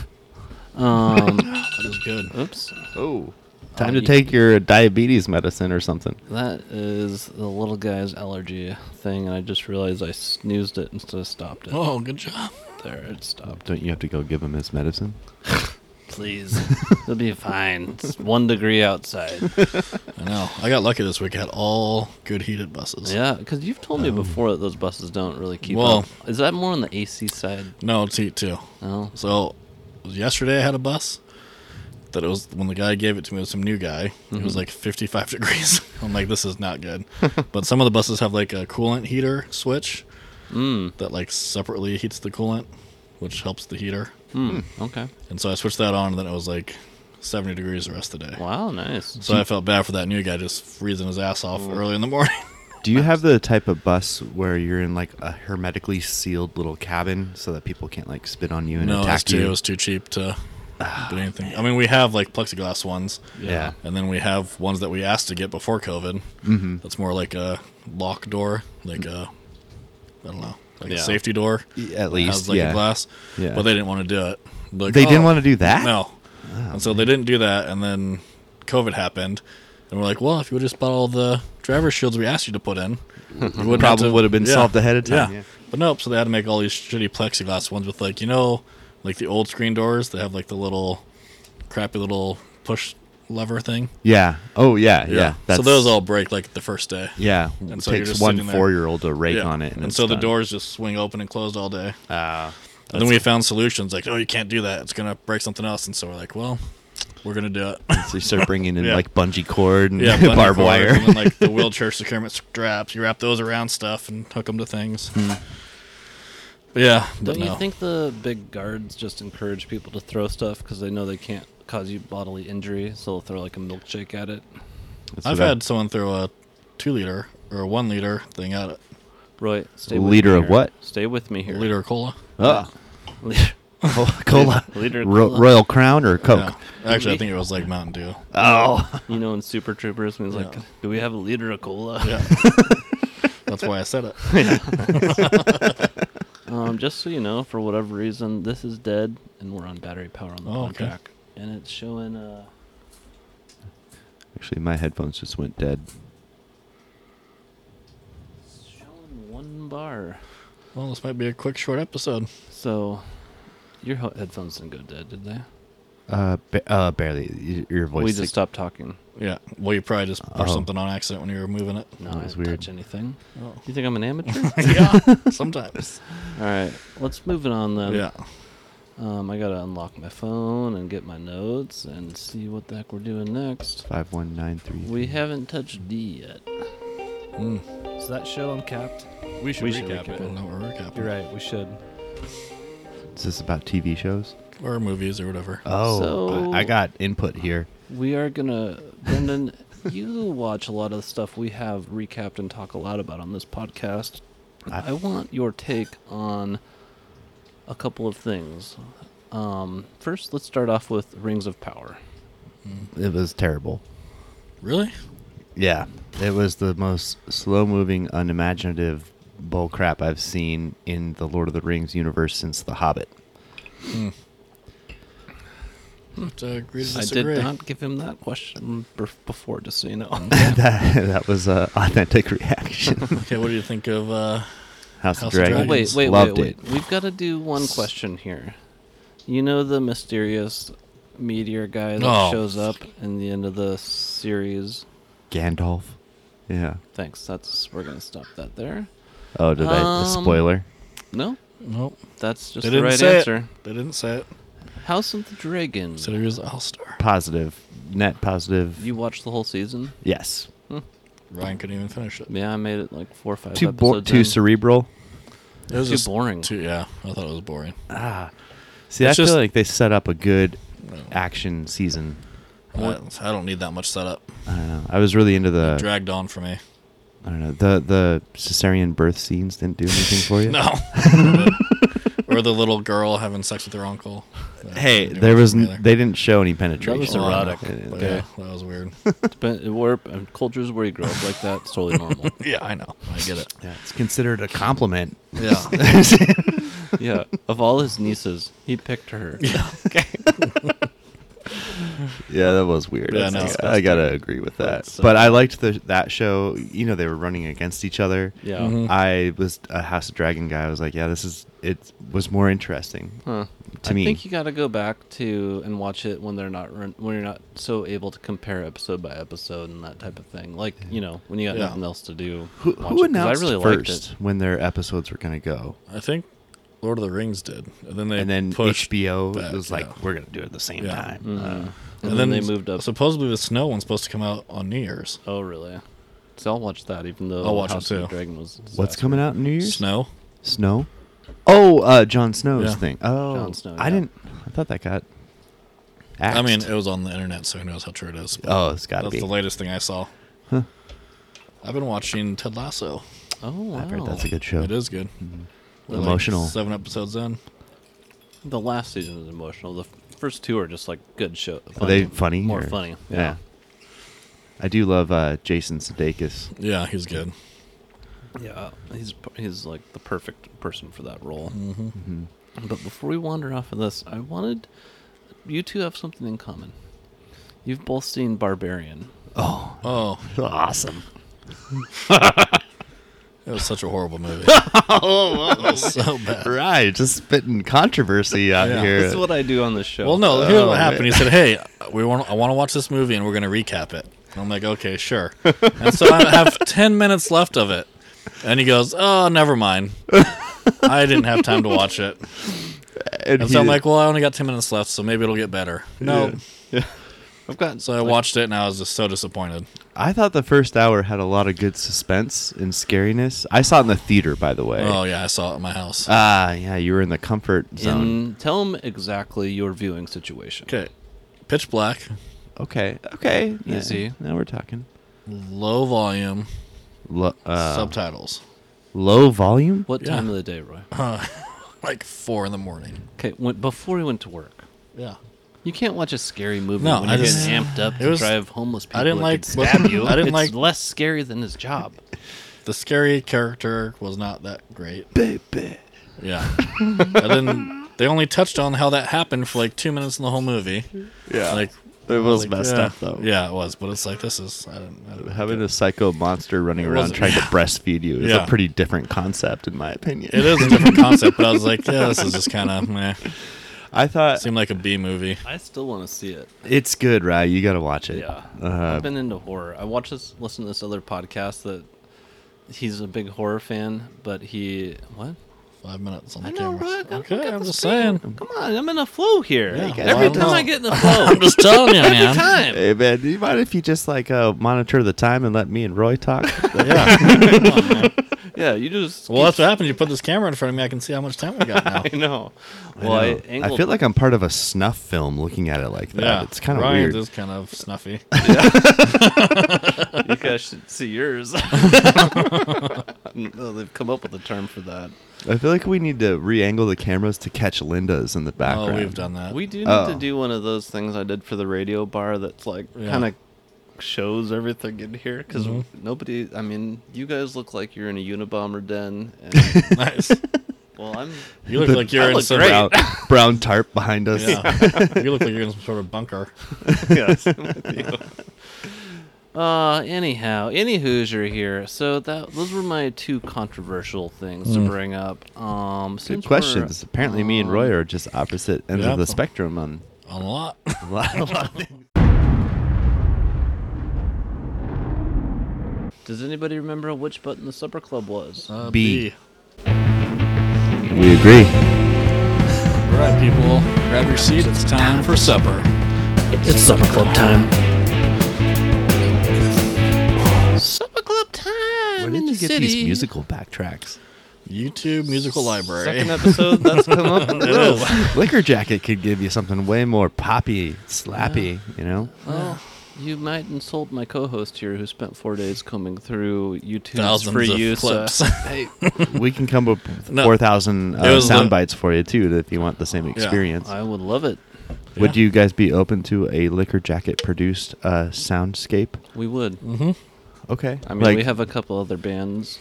Speaker 1: Um,
Speaker 2: That is good.
Speaker 1: oops.
Speaker 2: Mm.
Speaker 3: Oh. Time
Speaker 2: Uh,
Speaker 1: Oh,
Speaker 3: to
Speaker 1: you-
Speaker 3: take your diabetes medicine or something.
Speaker 1: That is the little guy's allergy thing, and I just realized I snoozed it instead of stopped it.
Speaker 2: Oh, good job.
Speaker 1: There, it
Speaker 2: Oh,
Speaker 1: stopped.
Speaker 3: Don't you have to go give him his medicine?
Speaker 1: Please, it'll be fine. It's one degree outside.
Speaker 2: I know. I got lucky this week. I had all good heated buses.
Speaker 1: Yeah, because you've told me before that those buses don't really keep
Speaker 2: Um, Well-
Speaker 1: up. Is that more on the AC side?
Speaker 2: No, it's heat too.
Speaker 1: No.
Speaker 2: So yesterday I had a bus that it was when the guy gave it to me it was some new guy. It was like 55 degrees. I'm like, this is not good. but some of the buses have like a coolant heater switch that like separately heats the coolant, which helps the heater.
Speaker 1: Hmm. Okay.
Speaker 2: And so I switched that on, and then it was like 70 degrees the rest of the day.
Speaker 1: Wow. Nice.
Speaker 2: So I felt bad for that new guy just freezing his ass off early in the morning.
Speaker 3: Do you have the type of bus where you're in like a hermetically sealed little cabin so that people can't like spit on you and
Speaker 2: no, it was,
Speaker 3: attack
Speaker 2: too,
Speaker 3: you?
Speaker 2: it was too cheap to do anything. I mean, we have like plexiglass ones.
Speaker 3: yeah.
Speaker 2: And then we have ones that we asked to get before COVID. Mm-hmm. That's more like a lock door, like a, I don't know, like a
Speaker 1: Yeah.
Speaker 2: safety door.
Speaker 3: Y- At
Speaker 2: that
Speaker 3: least,
Speaker 2: has like
Speaker 3: yeah.
Speaker 2: a glass.
Speaker 3: Yeah.
Speaker 2: But they didn't want to do it. Like,
Speaker 3: They didn't
Speaker 2: "Oh,
Speaker 3: want to do that. Oh,
Speaker 2: No. and so they didn't do that. And then COVID happened. And we're like, well, if you would just bought all the driver shields we asked you to put in, the
Speaker 3: problem would have been solved ahead of time, yeah.
Speaker 2: But nope. So they had to make all these shitty plexiglass ones with like you know, like the old screen doors. They have like the little crappy little push lever thing.
Speaker 3: Yeah. Oh yeah. Yeah.
Speaker 2: so those all break like the first day.
Speaker 3: Yeah.
Speaker 2: And
Speaker 3: it
Speaker 2: so you're
Speaker 3: takes
Speaker 2: just
Speaker 3: one
Speaker 2: sitting there.
Speaker 3: four year old to rake
Speaker 2: Yeah.
Speaker 3: on it,
Speaker 2: And,
Speaker 3: and, it's
Speaker 2: so the
Speaker 3: done.
Speaker 2: doors just swing open and closed all day.
Speaker 3: Ah.
Speaker 2: and then we found solutions like, oh, you can't do that. It's gonna break something else. And so we're like, well, we're gonna do it.
Speaker 3: so you start bringing in
Speaker 2: Yeah.
Speaker 3: like bungee cord and
Speaker 2: yeah, bungee
Speaker 3: barbed
Speaker 2: cords
Speaker 3: wire.
Speaker 2: and then, like the wheelchair securement straps. You wrap those around stuff and hook them to things.
Speaker 3: Hmm.
Speaker 2: But yeah, but
Speaker 1: Don't
Speaker 2: no.
Speaker 1: you think the big guards just encourage people to throw stuff because they know they can't cause you bodily injury, so they'll throw like a milkshake at it?
Speaker 3: That's
Speaker 2: I've
Speaker 3: what I-
Speaker 2: had someone throw a two liter or a one liter thing at it.
Speaker 1: Roy, stay.
Speaker 3: A
Speaker 1: with
Speaker 3: liter
Speaker 1: me
Speaker 3: of
Speaker 1: here.
Speaker 3: what?
Speaker 1: Stay with me
Speaker 2: A
Speaker 1: here.
Speaker 2: liter of cola.
Speaker 3: Ah.
Speaker 1: Liter-
Speaker 3: Oh, Cola, cola.
Speaker 1: Liter of
Speaker 3: Ro-
Speaker 1: cola.
Speaker 3: Royal Crown or
Speaker 2: Yeah.
Speaker 3: Coke?
Speaker 2: Actually, I think it was like Mountain Dew.
Speaker 3: Oh,
Speaker 1: You know, in Super Troopers, when he's like,
Speaker 2: Yeah.
Speaker 1: "Do we have a liter of cola?"
Speaker 2: Yeah. That's why I said it.
Speaker 1: Um, just so you know, for whatever reason, this is dead, and we're on battery power on the
Speaker 2: Oh,
Speaker 1: oh,
Speaker 2: okay.
Speaker 1: track, and it's showing. Uh,
Speaker 3: Actually, my headphones just went dead.
Speaker 1: it's showing one bar.
Speaker 2: Well, this might be a quick, short episode.
Speaker 1: So, your ho- headphones didn't go dead, did they?
Speaker 3: Uh, ba- uh barely. Y- Your voice.
Speaker 1: we just stopped talking.
Speaker 2: Yeah. Well, you probably just pushed
Speaker 3: Oh.
Speaker 2: something on accident when you were moving it.
Speaker 1: No,
Speaker 3: That
Speaker 1: I
Speaker 3: was
Speaker 1: didn't
Speaker 3: weird.
Speaker 1: touch anything.
Speaker 2: Oh.
Speaker 1: You think I'm an amateur?
Speaker 2: yeah. Sometimes.
Speaker 1: All right, let's move it on then.
Speaker 2: yeah.
Speaker 1: Um, I gotta unlock my phone and get my notes and see what the heck we're doing next.
Speaker 3: Five one nine three.
Speaker 1: We haven't touched D yet.
Speaker 2: Mm.
Speaker 4: Is that show uncapped? We should
Speaker 1: We should
Speaker 4: recap
Speaker 1: recap
Speaker 4: it.
Speaker 1: it.
Speaker 2: No, we're recapping.
Speaker 4: You're right. We should.
Speaker 3: Is this about TV shows?
Speaker 2: Or movies or whatever.
Speaker 3: Oh,
Speaker 1: So-
Speaker 3: I, I got input here.
Speaker 1: We are gonna, Brendan. you watch a lot of the stuff we have recapped and talk a lot about on this podcast. I,
Speaker 3: I-
Speaker 1: want your take on a couple of things. Um, first, let's start off with Rings of Power.
Speaker 3: It was terrible.
Speaker 2: Really?
Speaker 3: Yeah, it was the most slow-moving, unimaginative bull crap I've seen in the Lord of the Rings universe since The Hobbit.
Speaker 2: Hmm. To Hmm, agree to
Speaker 1: I
Speaker 2: disagree.
Speaker 1: did not give him that question b- before, just so you know.
Speaker 3: that, that was an authentic reaction.
Speaker 2: Okay, what do you think of uh,
Speaker 3: House,
Speaker 2: House of
Speaker 3: of Dragons.
Speaker 1: Oh, wait,
Speaker 2: Dragons.
Speaker 1: wait, wait,
Speaker 3: Loved
Speaker 1: wait.
Speaker 3: it.
Speaker 1: We've got to do one question here. You know the mysterious meteor guy that
Speaker 2: Oh.
Speaker 1: shows up in the end of the series.
Speaker 3: Gandalf. Yeah.
Speaker 1: Thanks. That's we're gonna stop that there.
Speaker 3: Oh, did I? The
Speaker 1: Um,
Speaker 3: spoiler.
Speaker 1: No,
Speaker 2: Nope.
Speaker 1: that's just
Speaker 2: They
Speaker 1: the
Speaker 2: didn't
Speaker 1: right
Speaker 2: say it.
Speaker 1: answer.
Speaker 2: They didn't say it.
Speaker 1: House of the Dragon.
Speaker 2: Said he was an all star.
Speaker 3: Positive. Net positive.
Speaker 1: you watched the whole season?
Speaker 3: yes.
Speaker 2: Ryan couldn't even finish it.
Speaker 1: Yeah, I made it like four or five.
Speaker 3: Too bo-
Speaker 1: episodes
Speaker 3: too
Speaker 1: in.
Speaker 3: cerebral.
Speaker 2: It was
Speaker 1: Too
Speaker 2: just
Speaker 1: boring.
Speaker 2: Too, yeah, I thought it was boring.
Speaker 1: Uh,
Speaker 3: Ah. See,
Speaker 2: It's
Speaker 3: I
Speaker 2: just-
Speaker 3: feel like they set up a good
Speaker 2: No.
Speaker 3: action season.
Speaker 2: I, I don't need that much setup.
Speaker 3: I don't know. I was really into the
Speaker 2: Dragged on for me.
Speaker 3: I don't know the the cesarean birth scenes didn't do anything for you.
Speaker 2: No. But- or the little girl having sex with her uncle. That
Speaker 3: Hey,
Speaker 2: didn't do
Speaker 3: there
Speaker 2: much
Speaker 3: was
Speaker 2: for me
Speaker 3: n-
Speaker 2: either.
Speaker 3: they didn't show any penetration.
Speaker 1: was erotic.
Speaker 3: Uh,
Speaker 2: But
Speaker 3: there-
Speaker 2: Yeah, that was weird.
Speaker 1: But we're in cultures where you grow up like that. It's totally normal.
Speaker 2: yeah, I know. I get it.
Speaker 3: yeah, it's considered a compliment.
Speaker 2: Yeah.
Speaker 1: yeah. Of all his nieces, he picked her.
Speaker 3: Yeah, that was weird.
Speaker 2: Yeah,
Speaker 3: I
Speaker 2: no,
Speaker 3: think-
Speaker 2: it's
Speaker 3: I gotta agree with that.
Speaker 1: That's, uh,
Speaker 3: but I liked the that show. You know, they were running against each other.
Speaker 1: Yeah.
Speaker 2: Mhm.
Speaker 3: I was a House of Dragon guy. I was like, yeah, this is it was more interesting
Speaker 1: Huh.
Speaker 3: to
Speaker 1: I
Speaker 3: me.
Speaker 1: think you got to go back to and watch it when they're not run, when you're not so able to compare episode by episode and that type of thing. Like you know when you got
Speaker 2: Yeah.
Speaker 1: nothing else to do.
Speaker 3: who
Speaker 1: watch
Speaker 3: who
Speaker 1: it, 'cause
Speaker 3: announced
Speaker 1: I really
Speaker 3: first
Speaker 1: Liked
Speaker 3: when their episodes were gonna go,
Speaker 2: I think Lord of the Rings did. And then they
Speaker 3: and then
Speaker 2: pushed.
Speaker 3: HBO
Speaker 2: back,
Speaker 3: was like,
Speaker 2: yeah.
Speaker 3: we're gonna do it at the same
Speaker 2: Yeah.
Speaker 3: time.
Speaker 1: it. Mm.
Speaker 3: Uh,
Speaker 1: and, then, they moved up.
Speaker 2: Supposedly the snow one's supposed to come out on New Year's.
Speaker 1: oh really? So I'll watch that even though
Speaker 2: I'll watch it
Speaker 1: House of the
Speaker 2: too.
Speaker 1: Dragon was. a
Speaker 3: What's
Speaker 1: disaster.
Speaker 3: coming out in New Year's?
Speaker 2: Snow?
Speaker 3: Snow? Oh, uh, Jon Snow's
Speaker 2: Yeah.
Speaker 3: thing. Oh,
Speaker 1: Jon Snow,
Speaker 3: I
Speaker 1: yeah.
Speaker 3: didn't. I thought that got. Axed.
Speaker 2: I mean, it was on the internet, so who knows how true it is. but
Speaker 3: oh, it's got to
Speaker 2: that's
Speaker 3: be.
Speaker 2: the latest thing I saw.
Speaker 3: Huh.
Speaker 2: I've been watching Ted Lasso.
Speaker 1: Oh wow!
Speaker 3: I've heard that's a good show.
Speaker 2: It is good. We're like
Speaker 3: Emotional.
Speaker 2: seven episodes in.
Speaker 1: The last season is emotional. The f- first two are just like good show.
Speaker 3: Are they funny?
Speaker 1: More
Speaker 3: or-
Speaker 1: funny.
Speaker 3: Yeah. I do love uh, Jason Sudeikis.
Speaker 2: Yeah, he's good.
Speaker 1: Yeah, Uh, he's p- he's like the perfect person for that role.
Speaker 2: Mm-hmm.
Speaker 3: Mhm.
Speaker 1: But before we wander off of this, I wanted you two have something in common. You've both seen Barbarian.
Speaker 3: Oh,
Speaker 2: Oh,
Speaker 3: awesome!
Speaker 2: it was such a horrible movie. oh, so bad.
Speaker 3: Right, just spitting controversy out
Speaker 2: Yeah.
Speaker 3: here.
Speaker 1: This is what I do on this show.
Speaker 2: Well, no, here's
Speaker 3: Oh,
Speaker 2: what happened.
Speaker 3: man.
Speaker 2: He said, "Hey, we want I want to watch this movie, and we're going to recap it." And I'm like, "Okay, sure." and so I have ten minutes left of it, and he goes, "Oh, never mind." I didn't have time to watch it,
Speaker 3: And
Speaker 2: and
Speaker 3: he-
Speaker 2: so I'm like, "Well, I only got ten minutes left, so maybe it'll get better." No,
Speaker 1: I've gotten
Speaker 2: so I watched it, and I was just so disappointed.
Speaker 3: I thought the first hour had a lot of good suspense and scariness. I saw it in the theater, by the way.
Speaker 2: Oh yeah, I saw it in my house.
Speaker 3: Ah, yeah, you were in the comfort zone.
Speaker 1: in, tell him exactly your viewing situation.
Speaker 2: Okay, pitch black,
Speaker 3: okay, okay. Yeah,
Speaker 1: Easy.
Speaker 3: Now we're talking.
Speaker 2: low volume,
Speaker 3: Lo- uh,
Speaker 2: subtitles,
Speaker 3: low volume.
Speaker 1: What
Speaker 2: Yeah. Uh-huh.
Speaker 1: time of the day, Roy?
Speaker 2: like four in the morning.
Speaker 1: Okay, when, before we went to work.
Speaker 2: Yeah.
Speaker 1: You can't watch a scary movie
Speaker 2: No,
Speaker 1: when
Speaker 2: I
Speaker 1: you're
Speaker 2: just-
Speaker 1: getting amped up
Speaker 2: it
Speaker 1: to
Speaker 2: was-
Speaker 1: drive homeless people.
Speaker 2: I didn't
Speaker 1: that
Speaker 2: like-
Speaker 1: could stab you.
Speaker 2: I didn't
Speaker 1: it's
Speaker 2: like-
Speaker 1: less scary than his job.
Speaker 2: The scary character was not that great.
Speaker 3: Baby.
Speaker 2: Yeah. and then they only touched on how that happened for like two minutes in the whole movie.
Speaker 3: Yeah,
Speaker 2: Like
Speaker 3: it was
Speaker 2: like,
Speaker 3: messed
Speaker 2: yeah.
Speaker 3: up though.
Speaker 2: Yeah, it was, but it's like this is I don't, I don't
Speaker 3: Having a psycho monster running
Speaker 2: It
Speaker 3: around
Speaker 2: wasn't-
Speaker 3: trying to breastfeed you is
Speaker 2: Yeah.
Speaker 3: a pretty different concept, in my opinion.
Speaker 2: It is a different concept, but I was like, yeah, this is just kind of meh.
Speaker 3: I thought
Speaker 2: Seemed like a B movie.
Speaker 1: I still want to see it.
Speaker 3: it's good, Rye. You got to watch it.
Speaker 1: Yeah,
Speaker 3: Uh,
Speaker 1: I've been into horror. I watched this, listen to this other podcast that he's a big horror fan, but he what?
Speaker 2: Five minutes on the
Speaker 1: I know,
Speaker 2: camera.
Speaker 1: Rock. I'm- I
Speaker 2: okay,
Speaker 1: got
Speaker 2: I'm
Speaker 1: the
Speaker 2: just
Speaker 1: spirit.
Speaker 2: saying.
Speaker 1: Come on, I'm in a flow here.
Speaker 2: Yeah, well,
Speaker 1: Every
Speaker 2: I don't
Speaker 1: time I
Speaker 2: know.
Speaker 1: get in the flow,
Speaker 2: I'm just telling you, man.
Speaker 1: time.
Speaker 3: hey man, do you mind if you just like uh, monitor the time and let me and Roy talk?
Speaker 2: Yeah. Come on, man.
Speaker 1: Yeah, you just.
Speaker 2: Well, that's what happened. You put this camera in front of me. I can see how much time we got now.
Speaker 1: I know. Well, I,
Speaker 3: I, know. I
Speaker 1: angled,
Speaker 3: feel like I'm part of a snuff film looking at it like that.
Speaker 2: Yeah,
Speaker 3: It's kind of
Speaker 2: Ryan's
Speaker 3: weird.
Speaker 2: is kind of snuffy.
Speaker 1: you guys should see yours. no, they've come up with a term for that.
Speaker 3: I feel like we need to re-angle the cameras to catch Linda's in the background.
Speaker 2: oh, we've done that.
Speaker 1: We do need
Speaker 3: Oh.
Speaker 1: to do one of those things I did for the radio bar that's like
Speaker 2: Yeah.
Speaker 1: kind of shows everything in here because nobody. I mean, you guys look like you're in a Unabomber den. And,
Speaker 2: nice.
Speaker 1: well, I'm.
Speaker 2: You look
Speaker 3: The-
Speaker 2: like you're
Speaker 1: I
Speaker 2: in
Speaker 1: look
Speaker 2: some.
Speaker 1: great.
Speaker 3: brown, brown tarp behind us.
Speaker 2: Yeah. you look like you're in some sort of bunker.
Speaker 1: yes, I'm with you. Uh, anyhow, any Hoosier here. So that those were my two controversial things to bring up. Um,
Speaker 3: Mm. Good
Speaker 1: since we're- um,
Speaker 3: questions. Apparently, me and Roy are just opposite ends
Speaker 2: Yeah.
Speaker 3: of the spectrum on
Speaker 2: On a lot.
Speaker 3: a lot, a lot of things.
Speaker 1: Does anybody remember which button the supper club was?
Speaker 2: Uh,
Speaker 3: B. We agree.
Speaker 2: All right, people. Grab your seat. It's time for supper.
Speaker 1: It's supper club time. Supper club time
Speaker 3: Where
Speaker 1: in
Speaker 3: did
Speaker 1: the
Speaker 3: you get
Speaker 1: city.
Speaker 3: these musical backtracks?
Speaker 2: YouTube Musical Library.
Speaker 1: Second episode that's come up. In the
Speaker 2: It is.
Speaker 3: Liquor Jacket could give you something way more poppy, slappy. You know,
Speaker 1: well, you might insult my co-host here, who spent four days combing through YouTube's
Speaker 2: Thousands
Speaker 1: free
Speaker 2: of
Speaker 1: use. uh,
Speaker 2: clips.
Speaker 3: we can come up with
Speaker 2: No.
Speaker 3: four thousand
Speaker 2: It
Speaker 3: uh,
Speaker 2: was
Speaker 3: sound
Speaker 2: the-
Speaker 3: bites for you too, if you want the same experience.
Speaker 1: I would love it.
Speaker 3: Would
Speaker 2: Yeah.
Speaker 3: you guys be open to a Liquor Jacket produced uh, soundscape?
Speaker 1: We would.
Speaker 2: Mm-hmm.
Speaker 3: Okay.
Speaker 1: I mean,
Speaker 3: Like-
Speaker 1: we have a couple other bands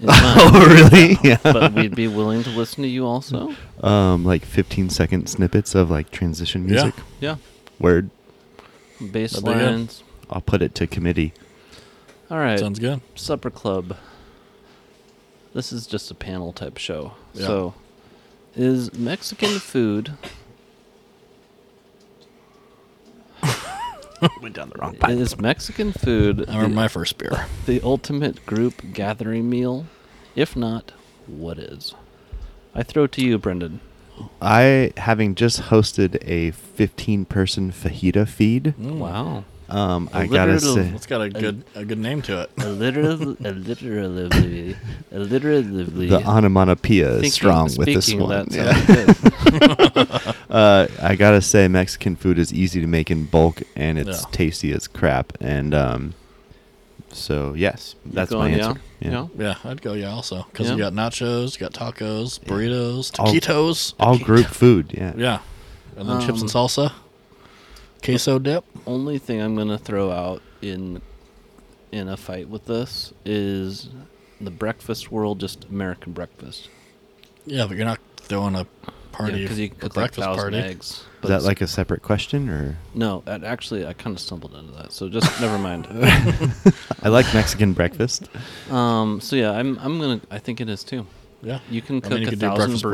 Speaker 1: in mind,
Speaker 3: Oh really? Yeah.
Speaker 1: but we'd be willing to listen to you also.
Speaker 3: Um, like fifteen second snippets of like transition
Speaker 2: Yeah.
Speaker 3: music.
Speaker 1: Yeah,
Speaker 3: Word.
Speaker 1: bass
Speaker 2: That'd be good.
Speaker 1: lines.
Speaker 3: I'll put it to committee.
Speaker 1: All right.
Speaker 2: Sounds good.
Speaker 1: supper club this is just a panel type show
Speaker 2: Yeah.
Speaker 1: so is mexican food
Speaker 3: Went down the wrong
Speaker 1: is mexican food
Speaker 2: I remember
Speaker 1: the,
Speaker 2: my first beer.
Speaker 1: the ultimate group gathering meal if not what is i throw to you brendan
Speaker 3: I having just hosted a fifteen person fajita feed.
Speaker 1: wow
Speaker 3: Um, I
Speaker 1: A
Speaker 3: gotta
Speaker 1: little-
Speaker 3: say,
Speaker 2: It's got a good a good name to it.
Speaker 1: alliteratively alliteratively alliteratively
Speaker 3: the onomatopoeia
Speaker 1: thinking,
Speaker 3: is strong with this
Speaker 1: speaking,
Speaker 3: one.
Speaker 1: that
Speaker 3: Yeah.
Speaker 1: sounds good.
Speaker 3: Uh, I gotta say, Mexican food is easy to make in bulk, and it's
Speaker 2: Yeah.
Speaker 3: tasty as crap. And um, so, yes, that's
Speaker 1: going,
Speaker 3: my
Speaker 1: yeah?
Speaker 3: answer.
Speaker 1: Yeah.
Speaker 2: Yeah, I'd go yeah also because you
Speaker 1: Yeah.
Speaker 2: got nachos, you got tacos, burritos,
Speaker 3: All-
Speaker 2: taquitos.
Speaker 3: all group food. Yeah,
Speaker 2: Yeah, and then chips and
Speaker 1: Um,
Speaker 2: salsa, queso dip.
Speaker 1: only thing I'm gonna throw out in in a fight with this is the breakfast world, just American breakfast.
Speaker 2: Yeah, but you're not throwing a party
Speaker 1: because you
Speaker 2: a
Speaker 1: could cook like
Speaker 2: breakfast
Speaker 1: thousand
Speaker 2: party.
Speaker 1: eggs.
Speaker 3: is that
Speaker 1: it's-
Speaker 3: like a separate question, or
Speaker 1: no? that- actually, I kind of stumbled into that, so just never mind.
Speaker 3: I like Mexican breakfast.
Speaker 1: Um, so yeah, I'm I'm gonna. I think it is too.
Speaker 2: Yeah,
Speaker 1: You can
Speaker 2: I
Speaker 1: cook
Speaker 2: mean, you
Speaker 1: a
Speaker 2: could do
Speaker 1: thousand
Speaker 2: breakfast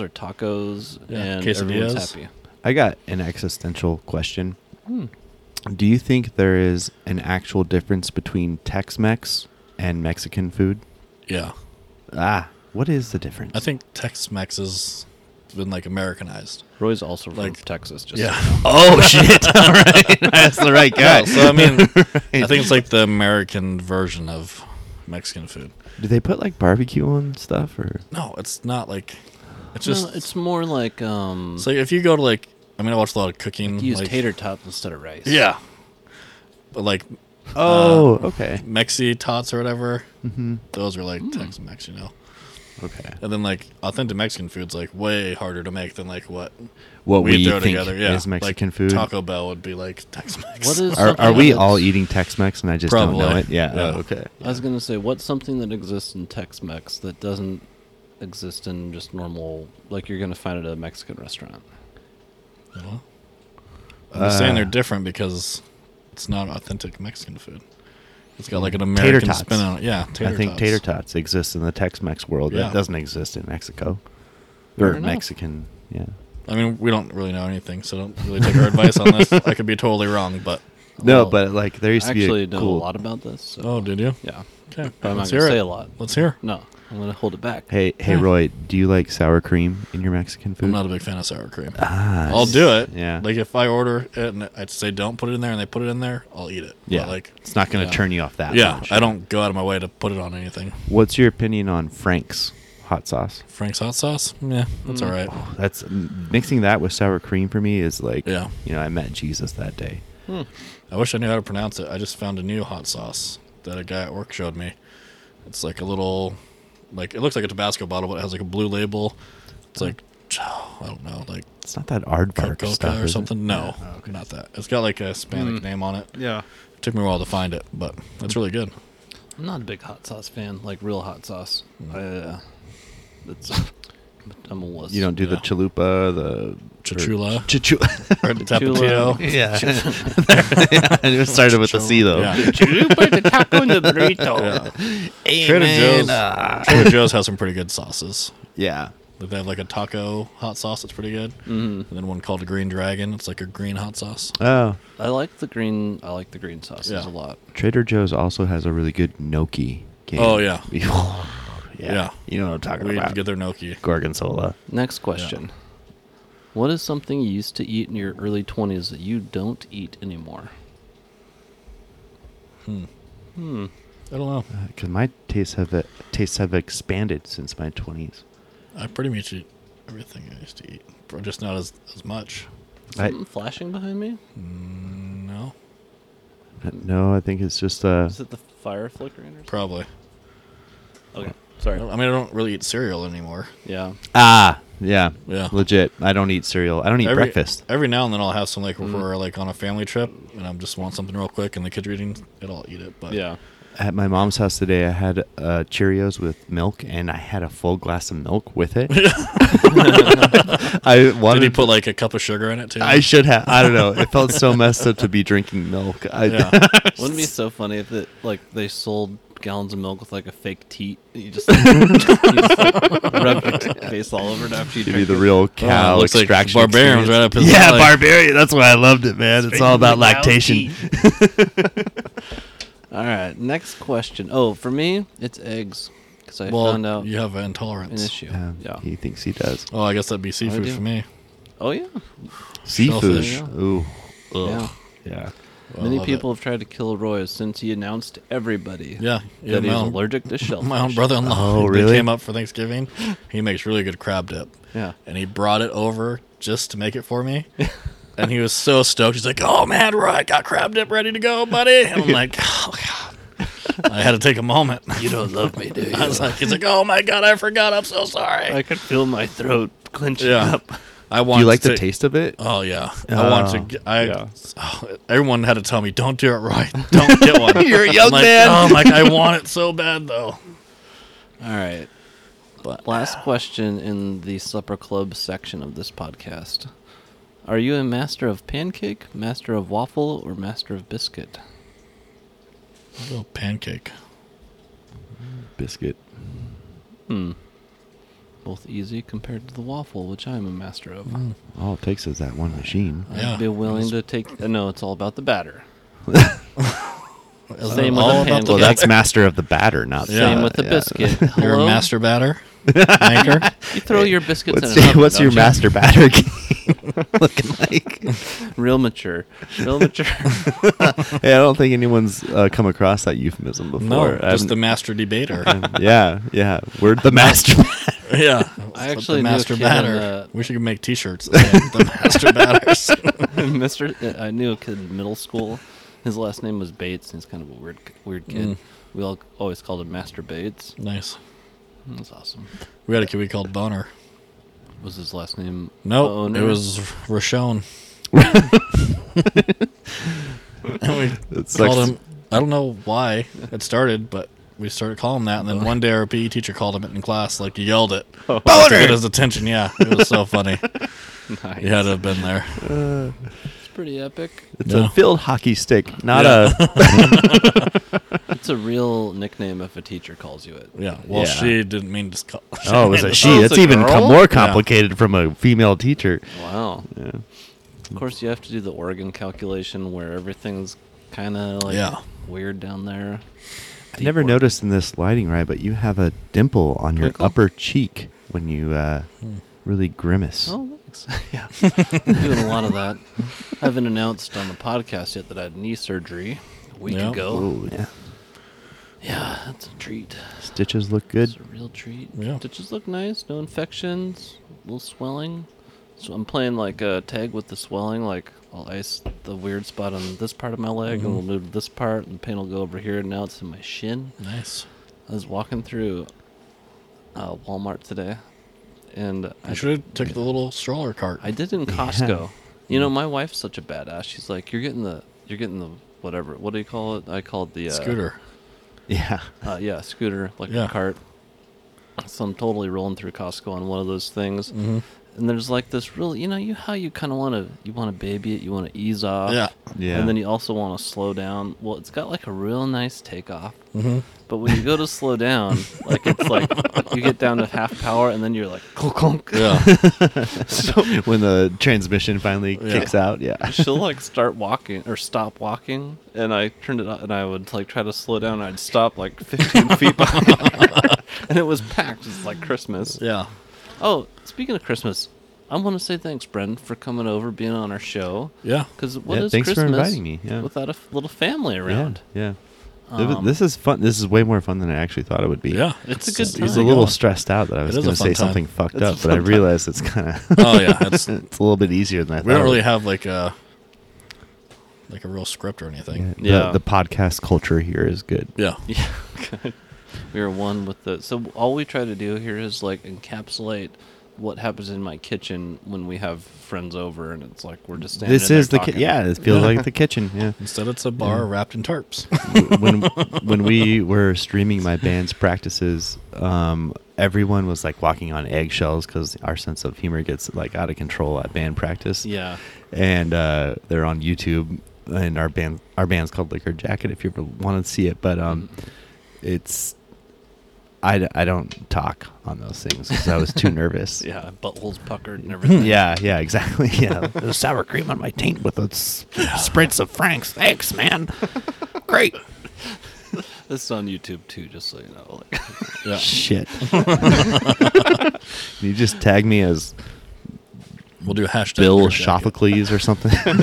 Speaker 1: burritos, or tacos,
Speaker 2: Yeah,
Speaker 1: and
Speaker 2: quesadillas.
Speaker 1: everyone's happy. Hmm.
Speaker 3: I got an existential question. Do you think there is an actual difference between Tex-Mex and Mexican food?
Speaker 2: Yeah,
Speaker 3: Ah, what is the difference?
Speaker 2: I think Tex-Mex has been like Americanized.
Speaker 1: Roy's also from
Speaker 2: Like-
Speaker 1: Texas. Just
Speaker 2: Yeah.
Speaker 3: Oh shit! All right, that's the right guy.
Speaker 2: No, so I mean, I think it's like the American version of Mexican food.
Speaker 3: do they put like barbecue on stuff or?
Speaker 2: No, it's not like it's
Speaker 1: No,
Speaker 2: just
Speaker 1: it's more like um.
Speaker 2: So if you go to like, I mean, I watch a lot of cooking.
Speaker 1: you use
Speaker 2: Mm-hmm. like-
Speaker 1: tater tots instead of rice.
Speaker 2: Yeah. But like
Speaker 3: Oh, okay, Mm-hmm.
Speaker 2: Mexi tots or whatever, those are like Tex Mex, you know.
Speaker 3: okay.
Speaker 2: And then like authentic Mexican food's like way harder to make than like what
Speaker 3: What we,
Speaker 2: throw
Speaker 3: think
Speaker 2: together. Yeah,
Speaker 3: is Mexican
Speaker 2: like,
Speaker 3: food.
Speaker 2: Taco Bell would be like Tex Mex.
Speaker 1: What is-
Speaker 3: Are, are we
Speaker 1: Something
Speaker 3: all
Speaker 1: that's-
Speaker 3: eating Tex-Mex and I just
Speaker 2: Probably.
Speaker 3: don't know it? Yeah.
Speaker 2: Yeah.
Speaker 3: oh, okay.
Speaker 1: I was gonna say, what's something that exists in Tex-Mex that doesn't exist in just normal, like you're going to find at a Mexican restaurant.
Speaker 2: Well, I'm just saying
Speaker 3: Uh,
Speaker 2: they're different because it's not authentic Mexican food. It's got like an
Speaker 3: Tater
Speaker 2: American
Speaker 3: tots.
Speaker 2: spin on it. Yeah, tater
Speaker 3: I think
Speaker 2: tots.
Speaker 3: tater tots exist in the Tex-Mex world.
Speaker 2: Yeah.
Speaker 3: It doesn't exist in Mexico
Speaker 1: Fair
Speaker 3: or
Speaker 1: enough.
Speaker 3: Mexican. Yeah.
Speaker 2: I mean, we don't really know anything, so don't really take our advice on this. I could be totally wrong, but
Speaker 3: No,
Speaker 1: Well,
Speaker 3: but like there used
Speaker 1: I
Speaker 3: to be
Speaker 1: actually
Speaker 3: a
Speaker 1: know
Speaker 3: cool.
Speaker 1: a lot about this. So,
Speaker 2: oh, did you?
Speaker 1: yeah.
Speaker 2: Okay,
Speaker 1: But I'm not
Speaker 2: let's
Speaker 1: going
Speaker 2: hear
Speaker 1: to say
Speaker 2: it.
Speaker 1: a lot.
Speaker 2: Let's hear.
Speaker 1: No, I'm going to hold it back.
Speaker 3: Hey, hey, Roy, do you like sour cream in your Mexican food?
Speaker 2: I'm not a big fan of sour cream.
Speaker 3: ah,
Speaker 2: I'll do it.
Speaker 3: Yeah.
Speaker 2: Like if I order it and I'd say don't put it in there, and they put it in there, I'll eat it. But,
Speaker 3: yeah,
Speaker 2: like
Speaker 3: it's not going to
Speaker 1: yeah.
Speaker 3: turn you off that.
Speaker 2: yeah,
Speaker 3: much.
Speaker 2: I don't go out of my way to put it on anything.
Speaker 3: What's your opinion on Frank's hot sauce?
Speaker 2: Frank's hot sauce. Yeah, that's
Speaker 3: Mm.
Speaker 2: all right.
Speaker 3: That's m- mixing that with sour cream for me is like,
Speaker 2: Yeah.
Speaker 3: you know, I met Jesus that day.
Speaker 2: I wish I knew how to pronounce it. I just found a new hot sauce that a guy at work showed me. It's like a little, like it looks like a Tabasco bottle, but it has like a blue label. It's like I don't know, like
Speaker 3: It's not that aardvark stuff
Speaker 2: Coca
Speaker 3: is
Speaker 2: or
Speaker 3: it? Oh,
Speaker 2: something. No, not that. It's got like a Hispanic name on it.
Speaker 1: Yeah.
Speaker 2: It took me a while to find it, but
Speaker 3: Mm.
Speaker 2: it's really good.
Speaker 1: I'm not a big hot sauce fan, like real hot sauce.
Speaker 2: Mm.
Speaker 1: I, uh, that's, I'm a wuss.
Speaker 3: You don't do the
Speaker 2: Yeah.
Speaker 3: chalupa, the
Speaker 2: Chichula.
Speaker 3: Chichula.
Speaker 2: Or the Tapatio.
Speaker 3: yeah. it started with a C though.
Speaker 2: Yeah.
Speaker 1: Chalupa, the taco, and the burrito.
Speaker 2: yeah. Trader
Speaker 3: Amen.
Speaker 2: Joe's.
Speaker 3: Ah.
Speaker 2: Trader Joe's has some pretty good sauces.
Speaker 3: Yeah.
Speaker 2: Like, They have like a taco hot sauce that's pretty good, and then one called a Green Dragon. It's like a green hot sauce.
Speaker 3: Oh.
Speaker 1: I like the green. I like the green sauces a
Speaker 2: Yeah.
Speaker 1: lot.
Speaker 3: Trader Joe's also has a really good gnocchi game.
Speaker 2: Oh, yeah.
Speaker 3: yeah.
Speaker 2: Yeah.
Speaker 3: You know what I'm talking
Speaker 2: We need
Speaker 3: about.
Speaker 2: to get their gnocchi.
Speaker 3: Gorgonzola.
Speaker 1: Next question. What is something you used to eat in your early 20s that you don't eat anymore?
Speaker 2: Hmm.
Speaker 1: Hmm,
Speaker 2: I don't know.
Speaker 3: Because Uh, my tastes have uh, tastes have expanded since my 20s.
Speaker 2: I pretty much eat everything I used to eat, but just not as as much. Mm,
Speaker 3: I,
Speaker 2: Hmm.
Speaker 1: Something flashing behind me?
Speaker 2: No,
Speaker 3: Uh, no, I think it's just uh,
Speaker 1: Is it the fire flickering or
Speaker 2: probably.
Speaker 1: something? Okay.
Speaker 2: I
Speaker 1: Sorry.
Speaker 2: don't- I mean, I don't really eat cereal anymore.
Speaker 1: Yeah.
Speaker 3: ah, yeah,
Speaker 2: Yeah.
Speaker 3: legit. I don't eat cereal. I don't eat
Speaker 2: Every-
Speaker 3: breakfast.
Speaker 2: Every now and then, I'll have some like if we're like on a family trip, and I just want something real quick, and the kids are eating it, I'll eat it. But
Speaker 1: Yeah.
Speaker 3: At my mom's house today, I had uh, Cheerios with milk, and I had a full glass of milk with it. I wanted.
Speaker 2: Did he put like a cup of sugar in it too?
Speaker 3: I should have. I don't know. It felt so messed up to be drinking milk. I,
Speaker 2: yeah.
Speaker 1: Wouldn't it be so funny if it like they sold gallons of milk with like a fake teat? that You just, you just like, rub your t- face all over it after you
Speaker 3: Give you
Speaker 1: drink
Speaker 3: the
Speaker 1: it.
Speaker 3: real cow
Speaker 2: Oh, looks like
Speaker 3: extraction.
Speaker 2: Barbarian's
Speaker 3: experience.
Speaker 2: right up his
Speaker 3: Yeah,
Speaker 2: alley.
Speaker 3: barbarian. That's why I loved it, man. It's all about
Speaker 1: Cow's
Speaker 3: lactation.
Speaker 1: teat. all right. Next question. Oh, for me, it's eggs because I
Speaker 2: well,
Speaker 1: found out
Speaker 2: you have an
Speaker 1: an
Speaker 2: intolerance.
Speaker 1: issue.
Speaker 3: Yeah,
Speaker 1: yeah.
Speaker 3: Um, he thinks he does.
Speaker 2: Oh, I guess that'd be seafood
Speaker 1: do.
Speaker 2: for me.
Speaker 1: Oh yeah.
Speaker 3: Seafood.
Speaker 2: Shellfish.
Speaker 3: Ooh.
Speaker 1: Yeah.
Speaker 3: Yeah.
Speaker 2: I
Speaker 1: Many
Speaker 2: love it.
Speaker 1: people have tried to kill Roy since he announced to everybody
Speaker 2: Yeah, yeah.
Speaker 1: that he's
Speaker 2: My own,
Speaker 1: allergic to shellfish.
Speaker 2: my own brother-in-law.
Speaker 3: Oh,
Speaker 2: they
Speaker 3: really?
Speaker 2: Came up for Thanksgiving. He makes really good crab dip.
Speaker 1: Yeah.
Speaker 2: and he brought it over just to make it for me. and he was so stoked. He's like, "Oh man, Roy, I got crab dip ready to go, buddy." And I'm like, "Oh god." I had to take a moment. You don't love me, do you? I was like, he's like, "Oh my god, I forgot. I'm so sorry."
Speaker 1: I could feel my throat clenching
Speaker 2: yeah.
Speaker 1: up.
Speaker 2: I
Speaker 3: Do
Speaker 2: wanted
Speaker 3: you like
Speaker 2: to
Speaker 3: the
Speaker 2: take-
Speaker 3: taste of it?
Speaker 2: Oh yeah.
Speaker 3: Oh,
Speaker 2: I wanted to get- I
Speaker 3: yeah.
Speaker 2: oh, everyone had to tell me, "Don't do it, Roy. Don't get one."
Speaker 3: You're a
Speaker 2: I'm
Speaker 3: young
Speaker 2: like,
Speaker 3: man.
Speaker 2: "Oh, I'm like I want it so bad though.
Speaker 1: All right.
Speaker 2: But-
Speaker 1: last question in the supper club section of this podcast. Are you a master of pancake, master of waffle, or master of biscuit?
Speaker 2: A little pancake.
Speaker 3: Biscuit.
Speaker 1: Hmm. Both easy compared to the waffle, which I'm a master of.
Speaker 3: All it takes is that one machine.
Speaker 2: Mm, Yeah.
Speaker 1: I'd be willing to take. uh, no, it's all about the batter.
Speaker 2: Is
Speaker 1: Same
Speaker 2: it
Speaker 1: with
Speaker 2: all
Speaker 1: the
Speaker 2: about
Speaker 1: pancake.
Speaker 3: Well, that's master of the batter, not
Speaker 2: Yeah.
Speaker 1: Same
Speaker 3: the,
Speaker 1: with the
Speaker 3: yeah.
Speaker 1: biscuit. Hello?
Speaker 2: You're a master batter, maker.
Speaker 1: You throw your biscuits
Speaker 3: What's,
Speaker 1: in an oven,
Speaker 3: what's your
Speaker 1: don't you?
Speaker 3: master batter game looking like?
Speaker 1: Real mature. Real mature.
Speaker 3: Hey, I don't think anyone's uh, come across that euphemism before.
Speaker 2: No,
Speaker 3: I
Speaker 2: just the
Speaker 3: haven't-
Speaker 2: master debater.
Speaker 3: yeah, yeah. We're the master.
Speaker 2: yeah,
Speaker 1: I
Speaker 2: But
Speaker 1: actually
Speaker 2: the
Speaker 1: knew a
Speaker 2: master
Speaker 1: kid in,
Speaker 2: batter.
Speaker 1: uh,
Speaker 2: we should make T-shirts. that say the master batters.
Speaker 1: Mr. I knew a kid in middle school. His last name was Bates, and he's kind of a weird, weird kid.
Speaker 2: Mm.
Speaker 1: We all always called him Master Bates.
Speaker 2: nice.
Speaker 1: That's awesome.
Speaker 2: We had a kid we called Boner.
Speaker 1: Was his last name?
Speaker 2: Nope,
Speaker 1: Boner?
Speaker 2: it was Rashon. and we
Speaker 3: It
Speaker 2: called
Speaker 3: sucks.
Speaker 2: him. I don't know why it started, but we started calling him that, and then one day our PE teacher called him it in class, like yelled it. Oh, to get his attention. Yeah, it was so funny.
Speaker 1: Nice.
Speaker 2: You had to have been there.
Speaker 4: It's pretty epic.
Speaker 3: It's
Speaker 2: No.
Speaker 3: a field hockey stick, not a.
Speaker 1: It's a real nickname if a teacher calls you it.
Speaker 2: Yeah. Well,
Speaker 3: Yeah.
Speaker 2: she didn't mean to call.
Speaker 3: Oh, it was a
Speaker 2: didn't-
Speaker 3: she.
Speaker 2: Oh,
Speaker 3: It's,
Speaker 2: it's a
Speaker 3: even
Speaker 2: girl?
Speaker 3: co- more
Speaker 2: Yeah.
Speaker 3: complicated from a female teacher.
Speaker 1: Wow. Of course, you have to do the Oregon calculation where everything's kind of like
Speaker 2: Yeah.
Speaker 1: weird down there.
Speaker 3: I never
Speaker 1: Deep
Speaker 3: noticed in this lighting, right? But you have a dimple on your
Speaker 1: Twinkle? Hmm.
Speaker 3: upper cheek when you uh, really grimace.
Speaker 1: Oh, thanks. yeah. I'm doing a lot of that. I haven't announced on the podcast yet that I had knee surgery a week
Speaker 2: Yeah.
Speaker 1: ago.
Speaker 3: Oh, yeah.
Speaker 1: Yeah, that's a treat.
Speaker 3: Stitches look good.
Speaker 1: It's a real treat.
Speaker 2: Yeah.
Speaker 1: Stitches look nice. No infections. little swelling. So I'm playing like a tag with the swelling. Like I'll ice the weird spot on this part of my leg, and we'll move this part, and the pain will go over here. And now it's in my shin.
Speaker 2: Nice.
Speaker 1: I was walking through uh, Walmart today, and
Speaker 2: You
Speaker 1: I,
Speaker 2: should have took the little stroller cart.
Speaker 1: I did in Costco. You
Speaker 2: Mm.
Speaker 1: know, my wife's such a badass. She's like, "You're getting the, you're getting the whatever. What do you call it? I call it the uh,
Speaker 2: Scooter.
Speaker 3: Yeah.
Speaker 1: Uh, yeah, scooter, like
Speaker 2: Yeah.
Speaker 1: a cart. So I'm totally rolling through Costco on one of those things,
Speaker 2: Mm-hmm.
Speaker 1: and there's like this real, you know, you how you kind of want to, you want to baby it, you want to ease off,
Speaker 2: Yeah.
Speaker 3: Yeah.
Speaker 1: and then you also want to slow down. Well, it's got like a real nice takeoff.
Speaker 2: Mm-hmm.
Speaker 1: But when you go to slow down, like it's like you get down to half power and then you're like clunk clunk.
Speaker 2: Yeah.
Speaker 3: when the transmission finally
Speaker 2: Yeah.
Speaker 3: kicks out, yeah.
Speaker 1: She'll like start walking or stop walking, and I turned it on and I would like try to slow down. And I'd stop like 15 feet behind, and it was packed. It's like Christmas.
Speaker 2: yeah.
Speaker 1: Oh, speaking of Christmas, I want to say thanks, Bren, for coming over, being on our show.
Speaker 2: Yeah.
Speaker 1: Because what is
Speaker 3: Yeah, thanks for
Speaker 1: Christmas
Speaker 3: inviting me, yeah.
Speaker 1: without a f- little family around?
Speaker 3: Yeah. yeah. It was-
Speaker 1: Um,
Speaker 3: this is fun. This is way more fun than I actually thought it would be.
Speaker 2: Yeah.
Speaker 1: It's a good
Speaker 3: I was
Speaker 1: Easy
Speaker 3: a little
Speaker 2: going.
Speaker 3: stressed out that I was
Speaker 2: is a
Speaker 3: going to
Speaker 2: fun
Speaker 3: say
Speaker 2: time.
Speaker 3: something fucked
Speaker 1: It's a
Speaker 3: up, but I
Speaker 1: fun time.
Speaker 3: realized it's kind of
Speaker 2: Oh yeah. It's, we
Speaker 3: it's a little bit easier than I thought.
Speaker 2: don't
Speaker 3: it
Speaker 2: really
Speaker 3: would.
Speaker 2: have like a like a real script or anything.
Speaker 3: The-
Speaker 1: Yeah.
Speaker 3: The, podcast culture here is good.
Speaker 2: Yeah.
Speaker 1: Yeah, good. We are one with the. So all we try to do here is like encapsulate what happens in my kitchen when we have friends over, and it's like we're just standing.
Speaker 3: this
Speaker 1: in
Speaker 3: is the
Speaker 1: there
Speaker 3: ki-
Speaker 1: talking.
Speaker 3: yeah. It feels like the kitchen. Yeah.
Speaker 2: Instead, it's a bar wrapped in tarps.
Speaker 3: when when we were streaming my band's practices, um, everyone was like walking on eggshells because our sense of humor gets like out of control at band practice.
Speaker 1: Yeah.
Speaker 3: and uh, they're on YouTube. And our band, our band's called Liquor Jacket. If you ever want to see it, but um,
Speaker 1: Mm-hmm.
Speaker 3: it's I, d- I don't talk on those things because I was too nervous.
Speaker 1: Yeah, buttholes puckered and everything.
Speaker 3: Yeah, yeah, exactly. Yeah, There's sour cream on my taint with a s- spritz of Frank's. Thanks, man. Great.
Speaker 1: This is on YouTube too, just so you know. Like,
Speaker 2: Yeah.
Speaker 3: Shit. you just tag me as
Speaker 2: We'll do a hashtag.
Speaker 3: Bill
Speaker 2: Liquor Jacket.
Speaker 3: Shoffocles or something.
Speaker 2: All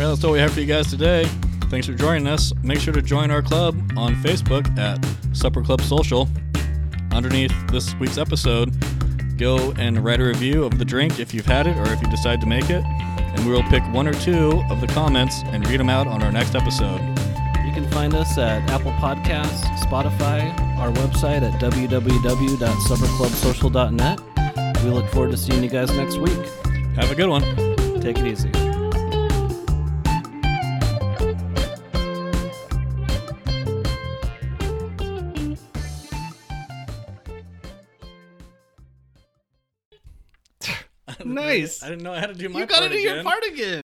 Speaker 2: right, that's all we have for you guys today. Thanks for joining us. Make sure to join our club on Facebook at Supper Club Social. Underneath this week's episode, go and write a review of the drink if you've had it or if you decide to make it, and we will pick one or two of the comments and read them out on our next episode.
Speaker 4: You can find us at Apple Podcasts, Spotify, our website at www.supperclubsocial.net. We look forward to seeing you guys next week.
Speaker 2: Have a good one.
Speaker 4: Take it easy.
Speaker 1: nice.
Speaker 2: didn't know how to do my
Speaker 1: You got to do your part again.